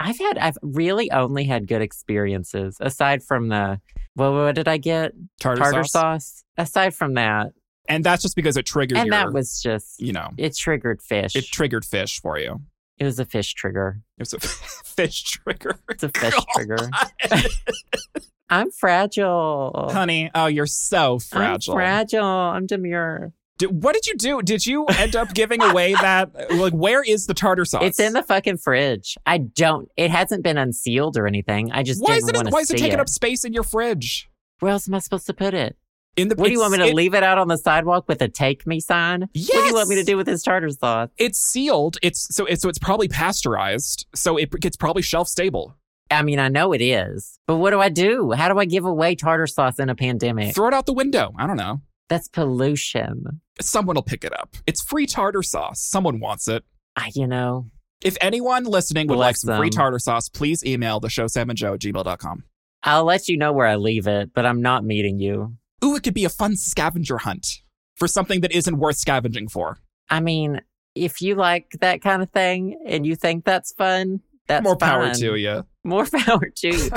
I've had I've really only had good experiences aside from the well, what did I get? tartar, Tartar sauce. sauce. Aside from that, And that's just because it triggered and your, that was just you know, it triggered fish. it triggered fish for you. it was a fish trigger. It was a fish trigger. It's a fish God. trigger. I'm fragile. Honey, oh, you're so fragile. I'm fragile. I'm demure. Did- what did you do? Did you end up giving away that? Like, where is the tartar sauce? It's in the fucking fridge. I don't. It hasn't been unsealed or anything. I just Why is didn't it? in- want to Why is see it taking up space in your fridge? Where else am I supposed to put it? In the What do you want me to it's- it- leave it out on the sidewalk with a "Take Me" sign? Yes. What do you want me to do with this tartar sauce? It's sealed. It's so it's so it's probably pasteurized. So it it's probably shelf stable. I mean, I know it is, but what do I do? How do I give away tartar sauce in a pandemic? Throw it out the window. I don't know. That's pollution. Someone will pick it up. It's free tartar sauce. Someone wants it. I, you know, If anyone listening would like Bless some free them. tartar sauce, please email the show Sam and Joe at gmail.com. I'll let you know where I leave it, but I'm not meeting you. Ooh, it could be a fun scavenger hunt for something that isn't worth scavenging for. I mean, if you like that kind of thing and you think that's fun, that's More power fine. to you. More power to you.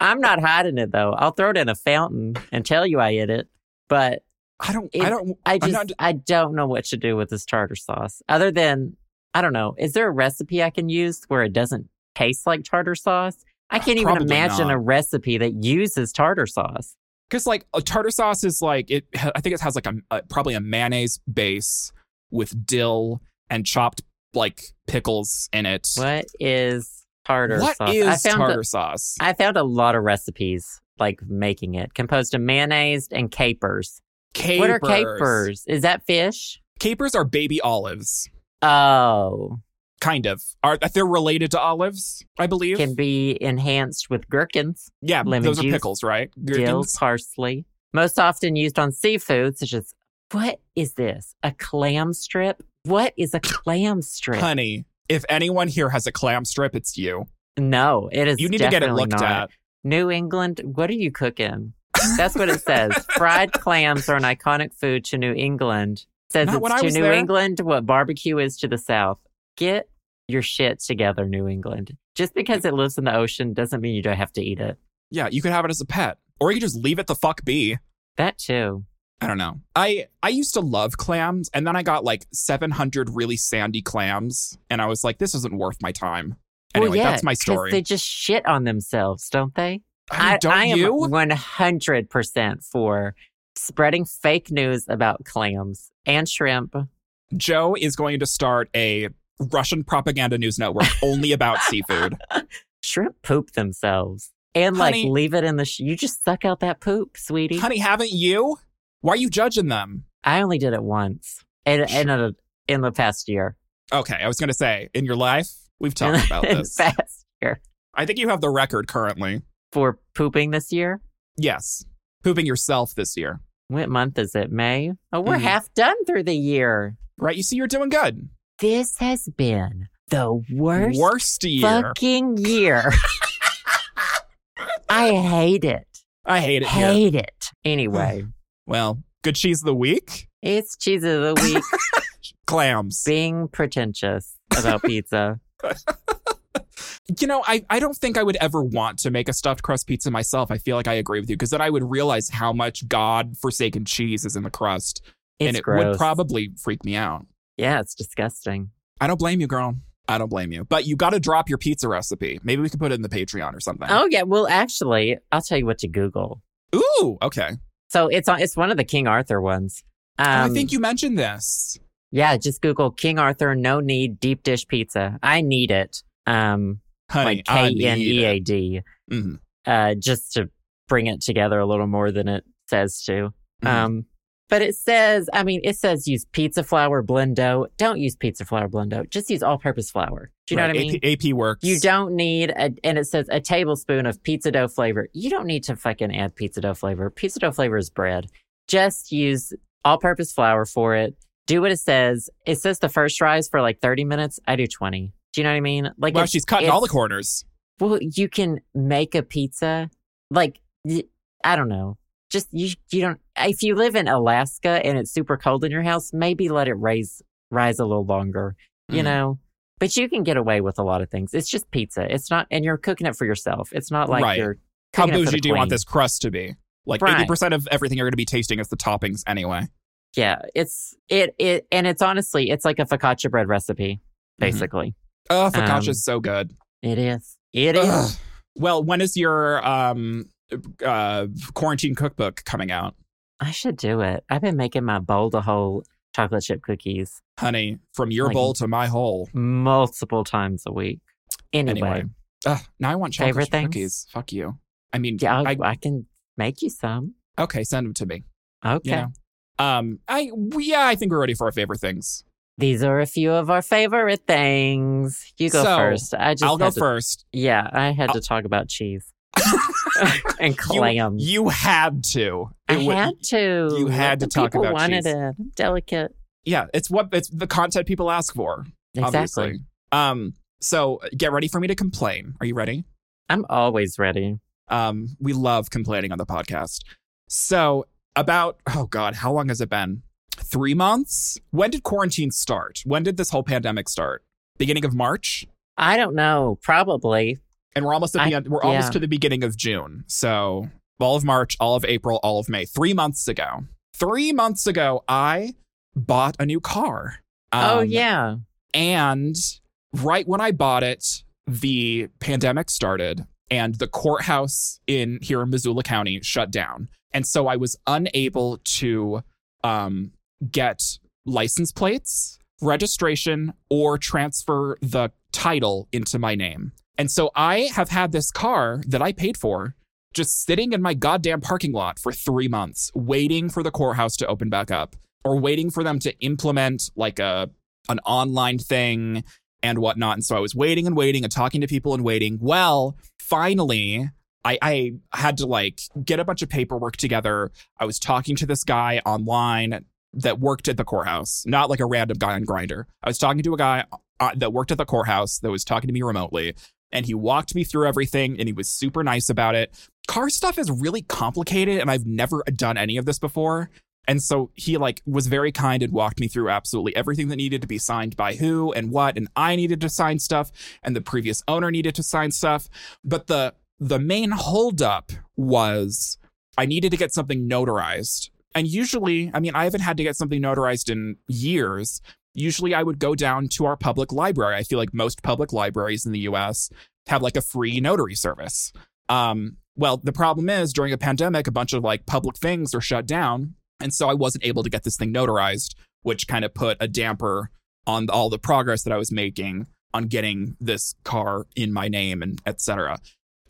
I'm not hiding it though. I'll throw it in a fountain and tell you I ate it. But I don't. I It- don't. I I'm just not- I don't know what to do with this tartar sauce. Other than I don't know. Is there a recipe I can use where it doesn't taste like tartar sauce? I can't even Probably imagine not. a recipe that uses tartar sauce. because like a tartar sauce is like it. I think it has like a, a probably a mayonnaise base with dill and chopped like pickles in it. What is tartar What sauce? is I found tartar a, sauce? I found a lot of recipes like making it composed of mayonnaise and capers. Capers. What are capers? Is that fish? Capers are baby olives, Oh, kind of. Are they're related to olives? I believe. can be enhanced with gherkins. yeah, lemon those juice, are pickles, right? dill, Gherkins. parsley. Most often used on seafood, such as what is this? A clam strip? What is a clam strip? Honey, if anyone here has a clam strip, it's you. No, it is. You need to get it definitely looked not. at. New England, what are you cooking? That's what it says. Fried clams are an iconic food to New England. Says Not it's when I to was New there. England what barbecue is to the South. Get your shit together, New England. Just because it lives in the ocean doesn't mean you don't have to eat it. Yeah, you could have it as a pet, or you could just leave it the fuck be. That too. I don't know. I I used to love clams, and then I got like 700 really sandy clams, and I was like, this isn't worth my time. well, Anyway, yeah, that's my 'cause story. They just shit on themselves, don't they? I mean, don't I am you? 100% for spreading fake news about clams and shrimp. Joe is going to start a Russian propaganda news network only about seafood. Shrimp poop themselves and like Honey- leave it in the. Sh- you just suck out that poop, sweetie. Honey, haven't you? Why are you judging them? I only did it once in, in, a, in the past year. Okay, I was going to say, in your life, we've talked about In the this. past year. I think you have the record currently. For pooping this year. Yes, pooping yourself this year, What month is it? May? Oh, we're Mhm. half done through the year. right? You see, you're doing good. This has been the worst Worst year. fucking year. I hate it. I hate it here. Hate it. Anyway, Well, good cheese of the week. it's cheese of the week Clams. being pretentious about pizza. You know, I, I don't think I would ever want to make a stuffed crust pizza myself. I feel like I agree with you because then I would realize how much God forsaken cheese is in the crust. It's and it gross. would probably freak me out. yeah, it's disgusting. I don't blame you, girl. I don't blame you. But you got to drop your pizza recipe. Maybe we could put it in the Patreon or something. Oh yeah, well actually, I'll tell you what to Google. Ooh, okay. So it's on. It's one of the King Arthur ones. And Um, Oh, I think you mentioned this. yeah, just Google King Arthur no need deep dish pizza. I need it. Um, Honey, like K N E A D. Mhm. Uh, just to bring it together a little more than it says to. Mm-hmm. Um, but it says, I mean, it says use pizza flour blend dough. Don't use pizza flour blend dough. Just use all purpose flour. Do you know what I mean? AP, AP works. You don't need, a, and it says a tablespoon of pizza dough flavor. You don't need to fucking add pizza dough flavor. Pizza dough flavor is bread. Just use all purpose flour for it. Do what it says. It says the first rise for like 30 minutes. I do 20. Do you know what I mean? Like, Wow, it's- she's cutting all the it's- corners. Well, you can make a pizza. Like, y- I don't know. Just you, you don't. If you live in Alaska and it's super cold in your house, maybe let it raise rise a little longer. You Mm. know. But you can get away with a lot of things. It's just pizza. It's not, and you're cooking it for yourself. It's not like Right. you're. How cooking it for bougie the do you want queen. this crust to be? Like Right. 80% of everything you're going to be tasting is the toppings anyway. Yeah, it's it it, and it's honestly, it's like a focaccia bread recipe, Mm-hmm. basically. Oh, focaccia's Um, so good. It is. It is. Ugh. Well, when is your um uh quarantine cookbook coming out? I should do it. I've been making my bowl to whole chocolate chip cookies Honey, from your Like- bowl to my hole. multiple times a week. Anyway, Anyway. Ugh, now I want chocolate Favorite chip things? cookies. Fuck you. I mean, yeah, I'll- I, I can make you some. okay, send them to me. Okay. You know, um, I we- yeah, I think we're ready for our favorite things. These are a few of our favorite things. You go So, first. I just I'll go had to- first. Yeah, I had to talk about cheese and You- clams. You, had to. I It wa- had to. you had The to talk people about wanted cheese. it. Delicate. yeah, it's what it's the content people ask for. Exactly. Obviously. Um. So get ready for me to complain. Are you ready? I'm always ready. Um. We love complaining on the podcast. So about oh god, how long has it been? Three months. When did quarantine start? When did this whole pandemic start? Beginning of March. I don't know. Probably. and we're almost at the I- end, we're almost yeah. to the beginning of June. So all of March, all of April, all of May. Three months ago, three months ago, I bought a new car. oh Um, yeah. And right when I bought it, the pandemic started, and the courthouse in here in Missoula County shut down, and so I was unable to um, get license plates, registration, or transfer the title into my name. And so I have had this car that I paid for just sitting in my goddamn parking lot for three months, waiting for the courthouse to open back up or waiting for them to implement like a an online thing and whatnot. And so I was waiting and waiting and talking to people and waiting. Well, finally, I, I had to like get a bunch of paperwork together. I was talking to this guy online that worked at the courthouse, not like a random guy on Grinder. I was talking to a guy uh, that worked at the courthouse that was talking to me remotely, and he walked me through everything, and he was super nice about it. Car stuff is really complicated, and I've never done any of this before. And so he like was very kind and walked me through absolutely everything that needed to be signed by who and what and I needed to sign stuff and the previous owner needed to sign stuff. But the the main holdup was I needed to get something notarized. And usually, I mean, I haven't had to get something notarized in years. Usually I would go down to our public library. I feel like most public libraries in the US have like a free notary service. Um well, the problem is during a pandemic, a bunch of like public things are shut down. And so I wasn't able to get this thing notarized, which kind of put a damper on all the progress that I was making on getting this car in my name and et cetera.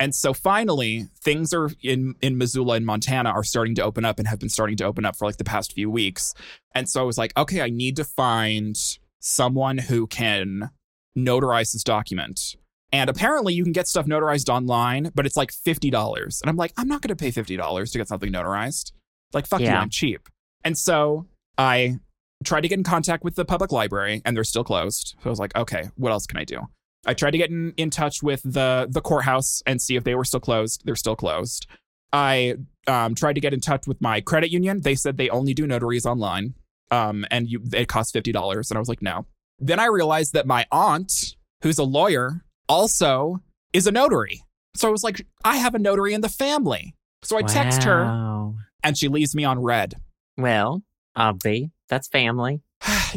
And so finally, things are in, in Missoula and Montana are starting to open up and have been starting to open up for like the past few weeks. And so I was like, okay, I need to find someone who can notarize this document. And apparently, you can get stuff notarized online, but it's like $50. And I'm like, I'm not going to pay $50 to get something notarized. Like, fuck you, Yeah. I'm cheap. And so I tried to get in contact with the public library, and they're still closed. So I was like, okay, what else can I do? I tried to get in, in touch with the the courthouse and see if they were still closed. They're still closed. I um, tried to get in touch with my credit union. They said they only do notaries online, um, and you, it costs fifty dollars. And I was like, no. Then I realized that my aunt, who's a lawyer, also is a notary. So I was like, I have a notary in the family. So I text her, Wow. and she leaves me on red. Well, obvi. That's family.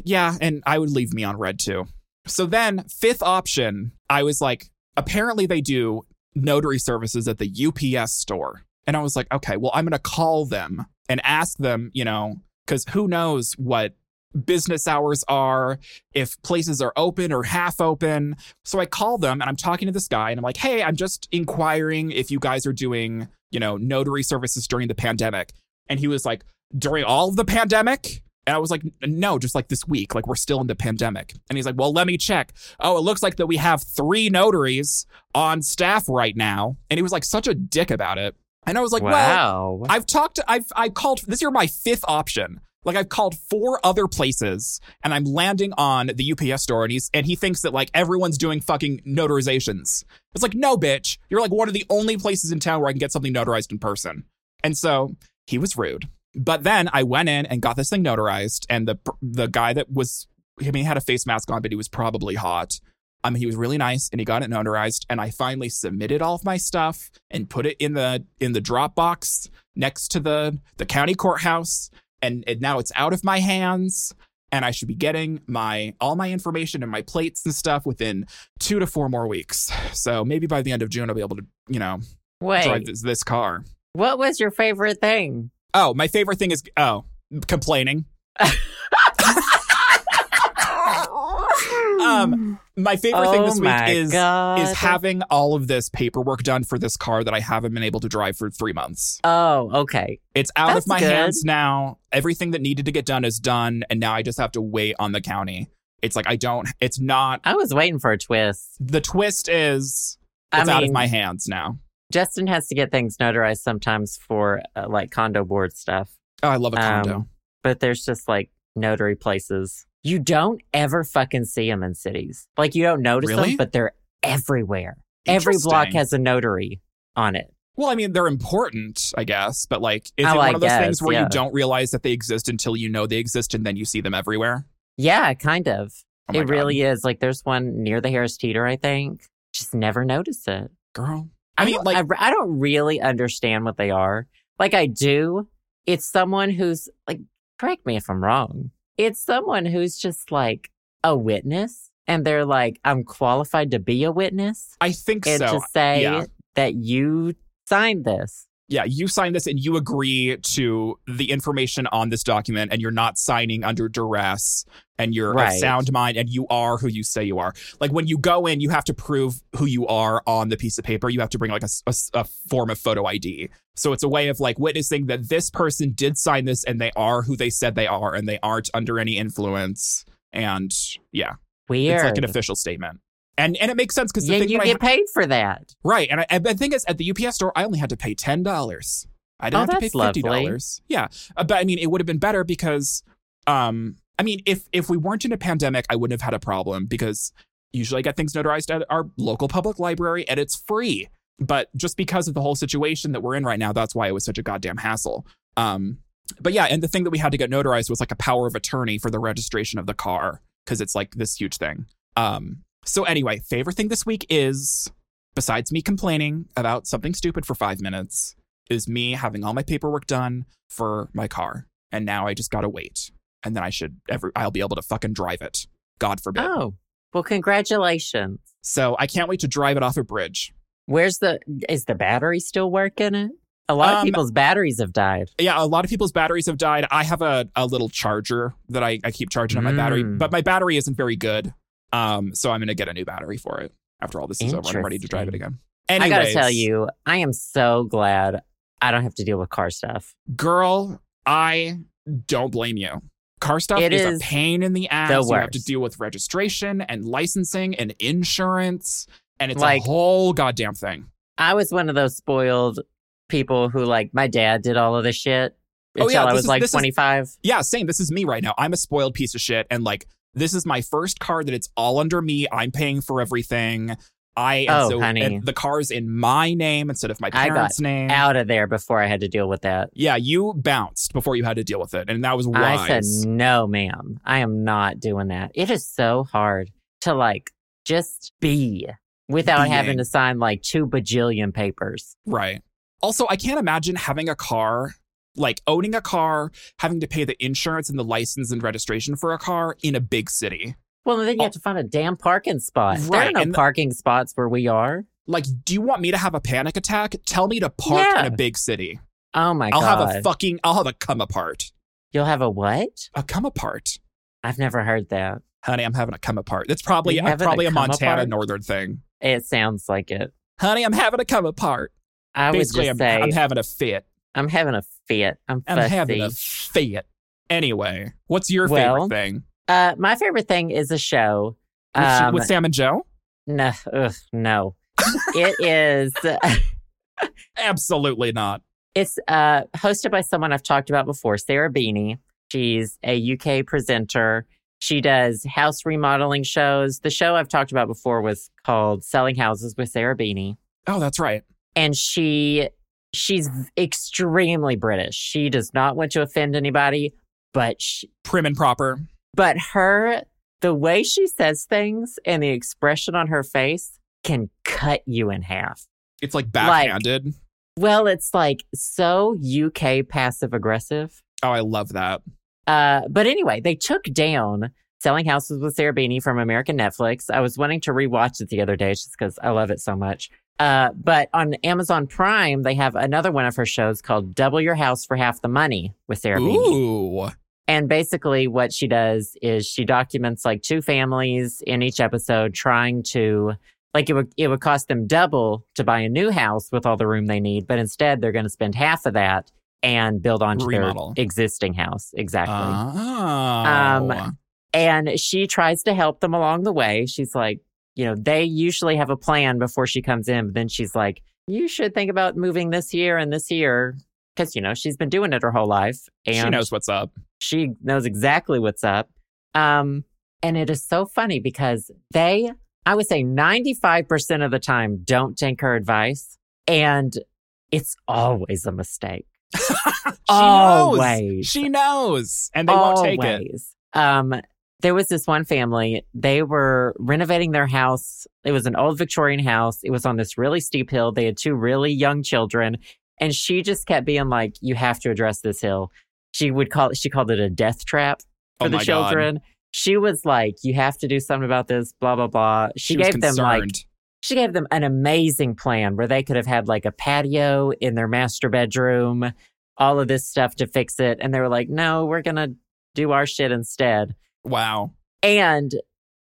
yeah, and I would leave me on red too. So then, fifth option, I was like, apparently they do notary services at the UPS store. And I was like, okay, well, I'm going to call them and ask them, you know, because who knows what business hours are, if places are open or half open. So I call them and I'm talking to this guy and I'm like, hey, I'm just inquiring if you guys are doing, you know, notary services during the pandemic. And he was like, during all of the pandemic? And I was like, "N- no, just like this week. Like, we're still in the pandemic. And he's like, well, let me check. Oh, it looks like that we have three notaries on staff right now. And he was like, such a dick about it. And I was like, well, wow. I've talked. I've I called. This is my fifth option. Like I've called four other places and I'm landing on the UPS store and he's and he thinks that like everyone's doing fucking notarizations. It's like, no, bitch. You're like one of the only places in town where I can get something notarized in person. And so he was rude. But then I went in and got this thing notarized, and the the guy that was I mean, he had a face mask on, but he was probably hot. I mean, he was really nice, and he got it notarized. And I finally submitted all of my stuff and put it in the in the Dropbox next to the the county courthouse, and, and now it's out of my hands. And I should be getting my all my information and my plates and stuff within two to four more weeks. So maybe by the end of June, I'll be able to, you know, drive Wait, this, this car. what was your favorite thing? Oh, my favorite thing is oh, complaining. Um, my favorite thing Oh this my week is God. is having all of this paperwork done for this car that I haven't been able to drive for 3 months. Oh, okay. It's out That's of my good. hands now. Everything that needed to get done is done and now I just have to wait on the county. It's like I don't it's not I was waiting for a twist. the twist is I it's out of mean- my hands now. Justin has to get things notarized sometimes for uh, like condo board stuff, Oh, I love a Um, condo. but there's just like notary places. You don't ever fucking see them in cities. Like you don't notice Really? them, but they're everywhere. Every block Interesting. has a notary on it. Well, I mean, they're important, I guess, but like, is Oh, it one I of those guess, things where yeah. you don't realize that they exist until you know they exist and then you see them everywhere? Yeah, kind of. Oh my it God. really is. Like there's one near the Harris Teeter, I think. Just never notice it. girl. I mean, don't- like, I, re- I don't really understand what they are. Like, I do. It's someone who's like, correct me if I'm wrong. It's someone who's just like a witness, and they're like, I'm qualified to be a witness, I think and so. to say yeah. that you signed this. Yeah, you sign this and you agree to the information on this document, and you're not signing under duress, and you're of Right. sound mind, and you are who you say you are. Like when you go in, you have to prove who you are on the piece of paper. You have to bring like a, s- a s- a form of photo ID. So it's a way of like witnessing that this person did sign this, and they are who they said they are, and they aren't under any influence. And yeah, Weird. it's like an official statement. And, and it makes sense because the Yeah, thing you that I get paid for that. Right. And I, and the thing is, at the UPS store, I only had to pay ten dollars. I didn't Oh, have to pay that's fifty lovely. dollars. Yeah, Uh, but I mean, it would have been better because, um, I mean, if if we weren't in a pandemic, I wouldn't have had a problem because usually I get things notarized at our local public library and it's free. But just because of the whole situation that we're in right now, that's why it was such a goddamn hassle. Um, but yeah, and the thing that we had to get notarized was like a power of attorney for the registration of the car because it's like this huge thing. Um, so anyway, favorite thing this week is besides me complaining about something stupid for five minutes, is me having all my paperwork done for my car. And now I just gotta wait. And then I should every I'll be able to fucking drive it. God forbid. Oh, well, congratulations. So I can't wait to drive it off a bridge. Where's the, is the battery still working? A lot Um, of people's batteries have died. Yeah, a lot of people's batteries have died. I have a, a little charger that I, I keep charging on my battery, Mm. but my battery isn't very good. Um, so I'm gonna get a new battery for it after all this is over. and I'm ready to drive it again. Anyways, I gotta tell you, I am so glad I don't have to deal with car stuff. girl, I don't blame you. Car stuff It is is a pain in the ass. the You have to worst. deal with registration and licensing and insurance, and it's Like- a whole goddamn thing. I was one of those spoiled people who, like, my dad did all of this shit Oh, until yeah, I this was is- like this is- 25. Yeah, same. This is me right now. I'm a spoiled piece of shit, and like this is my first car that it's all under me. I'm paying for everything. I and Oh, so honey. and the car's in my name instead of my I got parents' name. Out of there before I had to deal with that. Yeah, you bounced before you had to deal with it, and that was wise. I said, no, ma'am, I am not doing that. It is so hard to, like, just be without having Being. to sign like two bajillion papers. Right. Also, I can't imagine having a car, like owning a car, having to pay the insurance and the license and registration for a car in a big city. Well, then you have to find a damn parking spot. There Oh. Right, are no and the- parking spots where we are. Like, do you want me to have a panic attack? Tell me to park Yeah. in a big city. Oh my I'll God. have a fucking, I'll have a come apart. You'll have a what? A come apart. I've never heard that. Honey, I'm having a come apart. That's probably, You're uh, having a probably a, come Montana apart? northern thing. It sounds like it. Honey, I'm having a come apart. I Basically, would I'm, just say I'm I'm, having a fit. having a fit. I'm I'm fussy. having a fit. Anyway, what's your Well, favorite thing? uh, my favorite thing is a show. With, Um, with Sam and Joe? no, ugh, no. it is. Absolutely not. It's uh, hosted by someone I've talked about before, Sarah Beanie, She's a UK presenter. She does house remodeling shows. The show I've talked about before was called Selling Houses with Sarah Beanie. Oh, that's right. And she she's extremely British. She does not want to offend anybody, but she, Prim and proper. but her the way she says things and the expression on her face can cut you in half. It's like backhanded. Well, it's like so UK passive aggressive. oh, I love that. Uh, but anyway, they took down Selling Houses with Sarah Beanie from American Netflix. I was wanting to rewatch it the other day just because I love it so much. Uh, but on Amazon Prime, they have another one of her shows called Double Your House for Half the Money with Sarah Beanie. Ooh. And basically, what she does is she documents like two families in each episode trying to, like, it would, it would cost them double to buy a new house with all the room they need, but instead they're going to spend half of that and build onto Remodel. their existing house. Exactly. Oh. Um, And she tries to help them along the way. She's like, you know, they usually have a plan before she comes in. But then she's like, you should think about moving this year and this year. Cause, you know, she's been doing it her whole life and she knows what's up. she knows exactly what's up. Um, and it is so funny because they, I would say 95% of the time, don't take her advice. And it's always a mistake. she Always. knows. She knows. And they won't take it. Always. Um, there was this one family, they were renovating their house. It was an old Victorian house. It was on this really steep hill. They had two really young children. And she just kept being like, you have to address this hill. She would call she called it a death trap for oh the my God. children. She was like, "You have to do something about this." Blah blah blah. She, was gave them like concerned. she gave them an amazing plan where they could have had like a patio in their master bedroom, all of this stuff to fix it, and they were like, "No, we're gonna do our shit instead." wow. And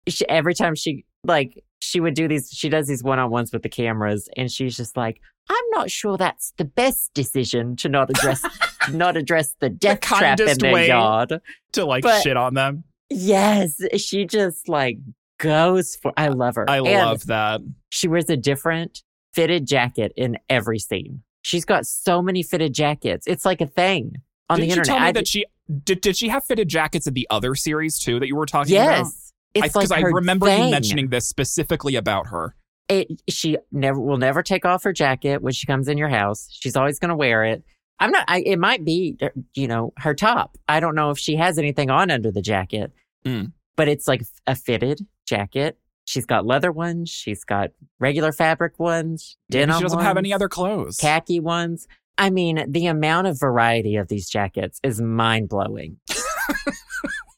she, every time she like she would do these, she does these one on ones with the cameras, and she's just like, "I'm not sure that's the best decision to not address." Not address the death trap in kindest their way. yard. To like But- shit on them. Yes, she just like goes for. I love her. I And love that. She wears a different fitted jacket in every scene. She's got so many fitted jackets. It's like a thing on Didn't the internet. you tell me I- that she did, did she have fitted jackets in the other series too that you were talking about? yes, it's I- like I her remember thing. you mentioning this specifically about her. it. She never will never take off her jacket when she comes in your house. She's always going to wear it. I'm not. I, it might be you know her top. I don't know if she has anything on under the jacket, Mm. but it's like a fitted jacket. She's got leather ones. She's got regular fabric ones. Maybe Denim she doesn't have ones. any other clothes. khaki ones. I mean, the amount of variety of these jackets is mind blowing.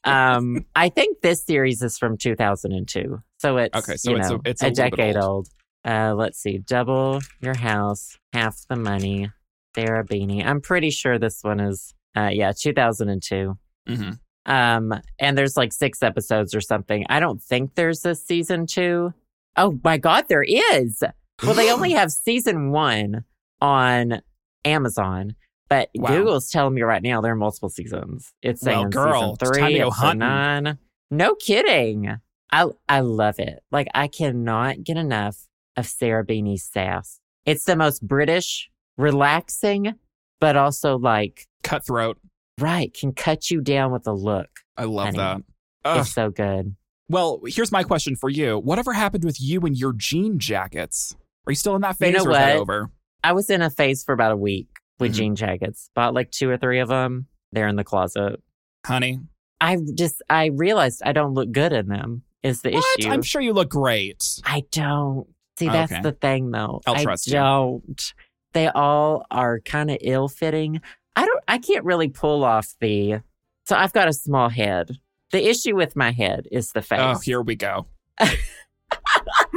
um, I think this series is from 2002, so it's Okay, so you it's a- know, it's a little bit decade old. Uh, let's see, double your house, half the money. Sarah Beanie. I'm pretty sure this one is uh, yeah 2002. hmm Um, and there's like six episodes or something. I don't think there's a season two. Oh my God, there is. Well, they only have season one on Amazon, but Wow. Google's telling me right now there are multiple seasons. It's saying Well, girl, season it's time three, to go episode hunting. nine. No kidding. I I love it. Like I cannot get enough of Sarah Beanie's sass. It's the most British, relaxing, but also like Cutthroat. right can cut you down with a look. I love Honey. that. Ugh. It's so good. Well, here's my question for you. Whatever happened with you and your jean jackets? Are you still in that You phase know or is that what? over? I was in a phase for about a week with Mhm. jean jackets. Bought like two or three of them. They're in the closet. Honey. I just I realized I don't look good in them is the What? issue. I'm sure you look great. I don't. See, that's Okay. the thing though. I'll I trust you. don't. They all are kind of ill fitting. I don't I can't really pull off the so I've got a small head. The issue with my head is the face. Oh, here we go.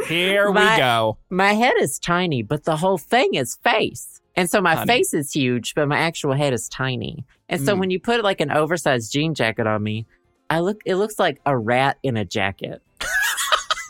here My- we go. My head is tiny, but the whole thing is face. And so my Honey. face is huge, but my actual head is tiny. And so Mm. when you put like an oversized jean jacket on me, I look it looks like a rat in a jacket.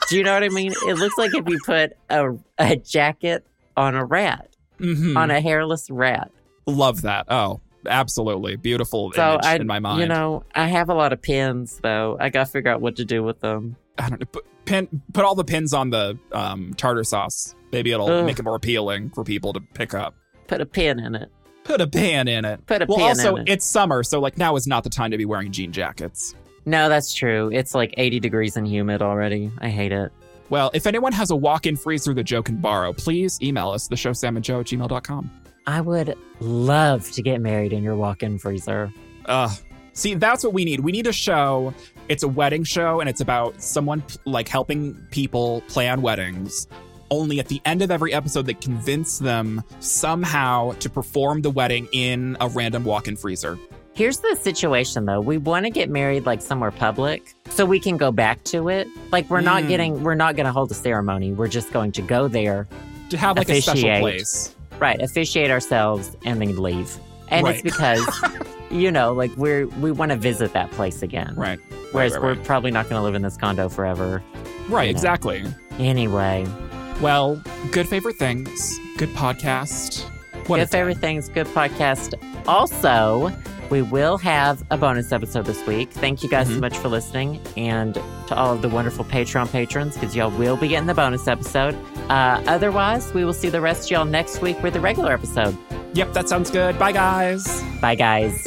Do you know what I mean? It looks like if you put a a jacket on a rat, Mhm. on a hairless rat. Love that. Oh, absolutely. Beautiful So image I- in my mind. You know, I have a lot of pins though. I gotta figure out what to do with them. I don't know. Put, pin, put all the pins on the um, tartar sauce. Maybe it'll Ugh. make it more appealing for people to pick up. Put a pin in it. Put a pan in it. Put a well, pin also, in it. it's summer, so like now is not the time to be wearing jean jackets. No, that's true. It's like 80 degrees and humid already. I hate it. Well, if anyone has a walk in freezer the Joe can borrow, please email us, the show Sam and Joe at gmail.com. I would love to get married in your walk in freezer. Ugh. See, that's what we need. We need a show. It's a wedding show, and it's about someone like helping people plan weddings. Only at the end of every episode, they convince them somehow to perform the wedding in a random walk in freezer. Here's the situation though. We want to get married like somewhere public so we can go back to it. Like we're not Mm. getting we're not going to hold a ceremony. We're just going to go there, To have like a special Officiate. place. right, officiate ourselves and then leave. And it's Right. because you know, like we're we want to visit that place again. Right. Whereas right, we're right. probably not going to live in this condo forever. Right, Yeah. exactly. Anyway, Well, good favorite things, good podcast. What a Good day. Favorite Things, Good Podcast. Also, we will have a bonus episode this week. Thank you guys Mhm. so much for listening and to all of the wonderful Patreon patrons because y'all will be getting the bonus episode. Uh, otherwise, we will see the rest of y'all next week with a regular episode. Yep, that sounds good. Bye, guys. Bye, guys.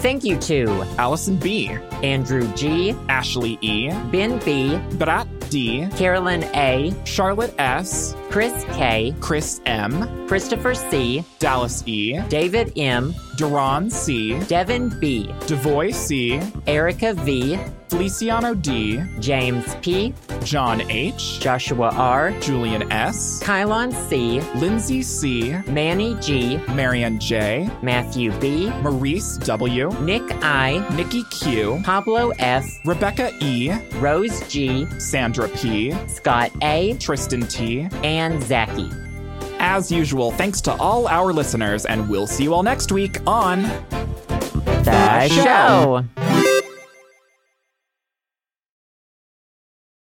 Thank you to Allison B, Andrew G, Ashley E, Ben B, Brat D, Carolyn A, Charlotte S, Chris K, Chris M, Christopher C, Dallas E, David M, Duran C, Devin B, Devoy C, Erica V, Feliciano D, James P, John H, Joshua R, Julian S, Kylon C, Lindsay C, Manny G, Marianne J, Matthew B, Maurice W, Nick I, Nikki Q, Pablo F, Rebecca E, Rose G, Sandra P, Scott A, Tristan T. and Zachy. As usual, thanks to all our listeners, and we'll see you all next week on The show. show.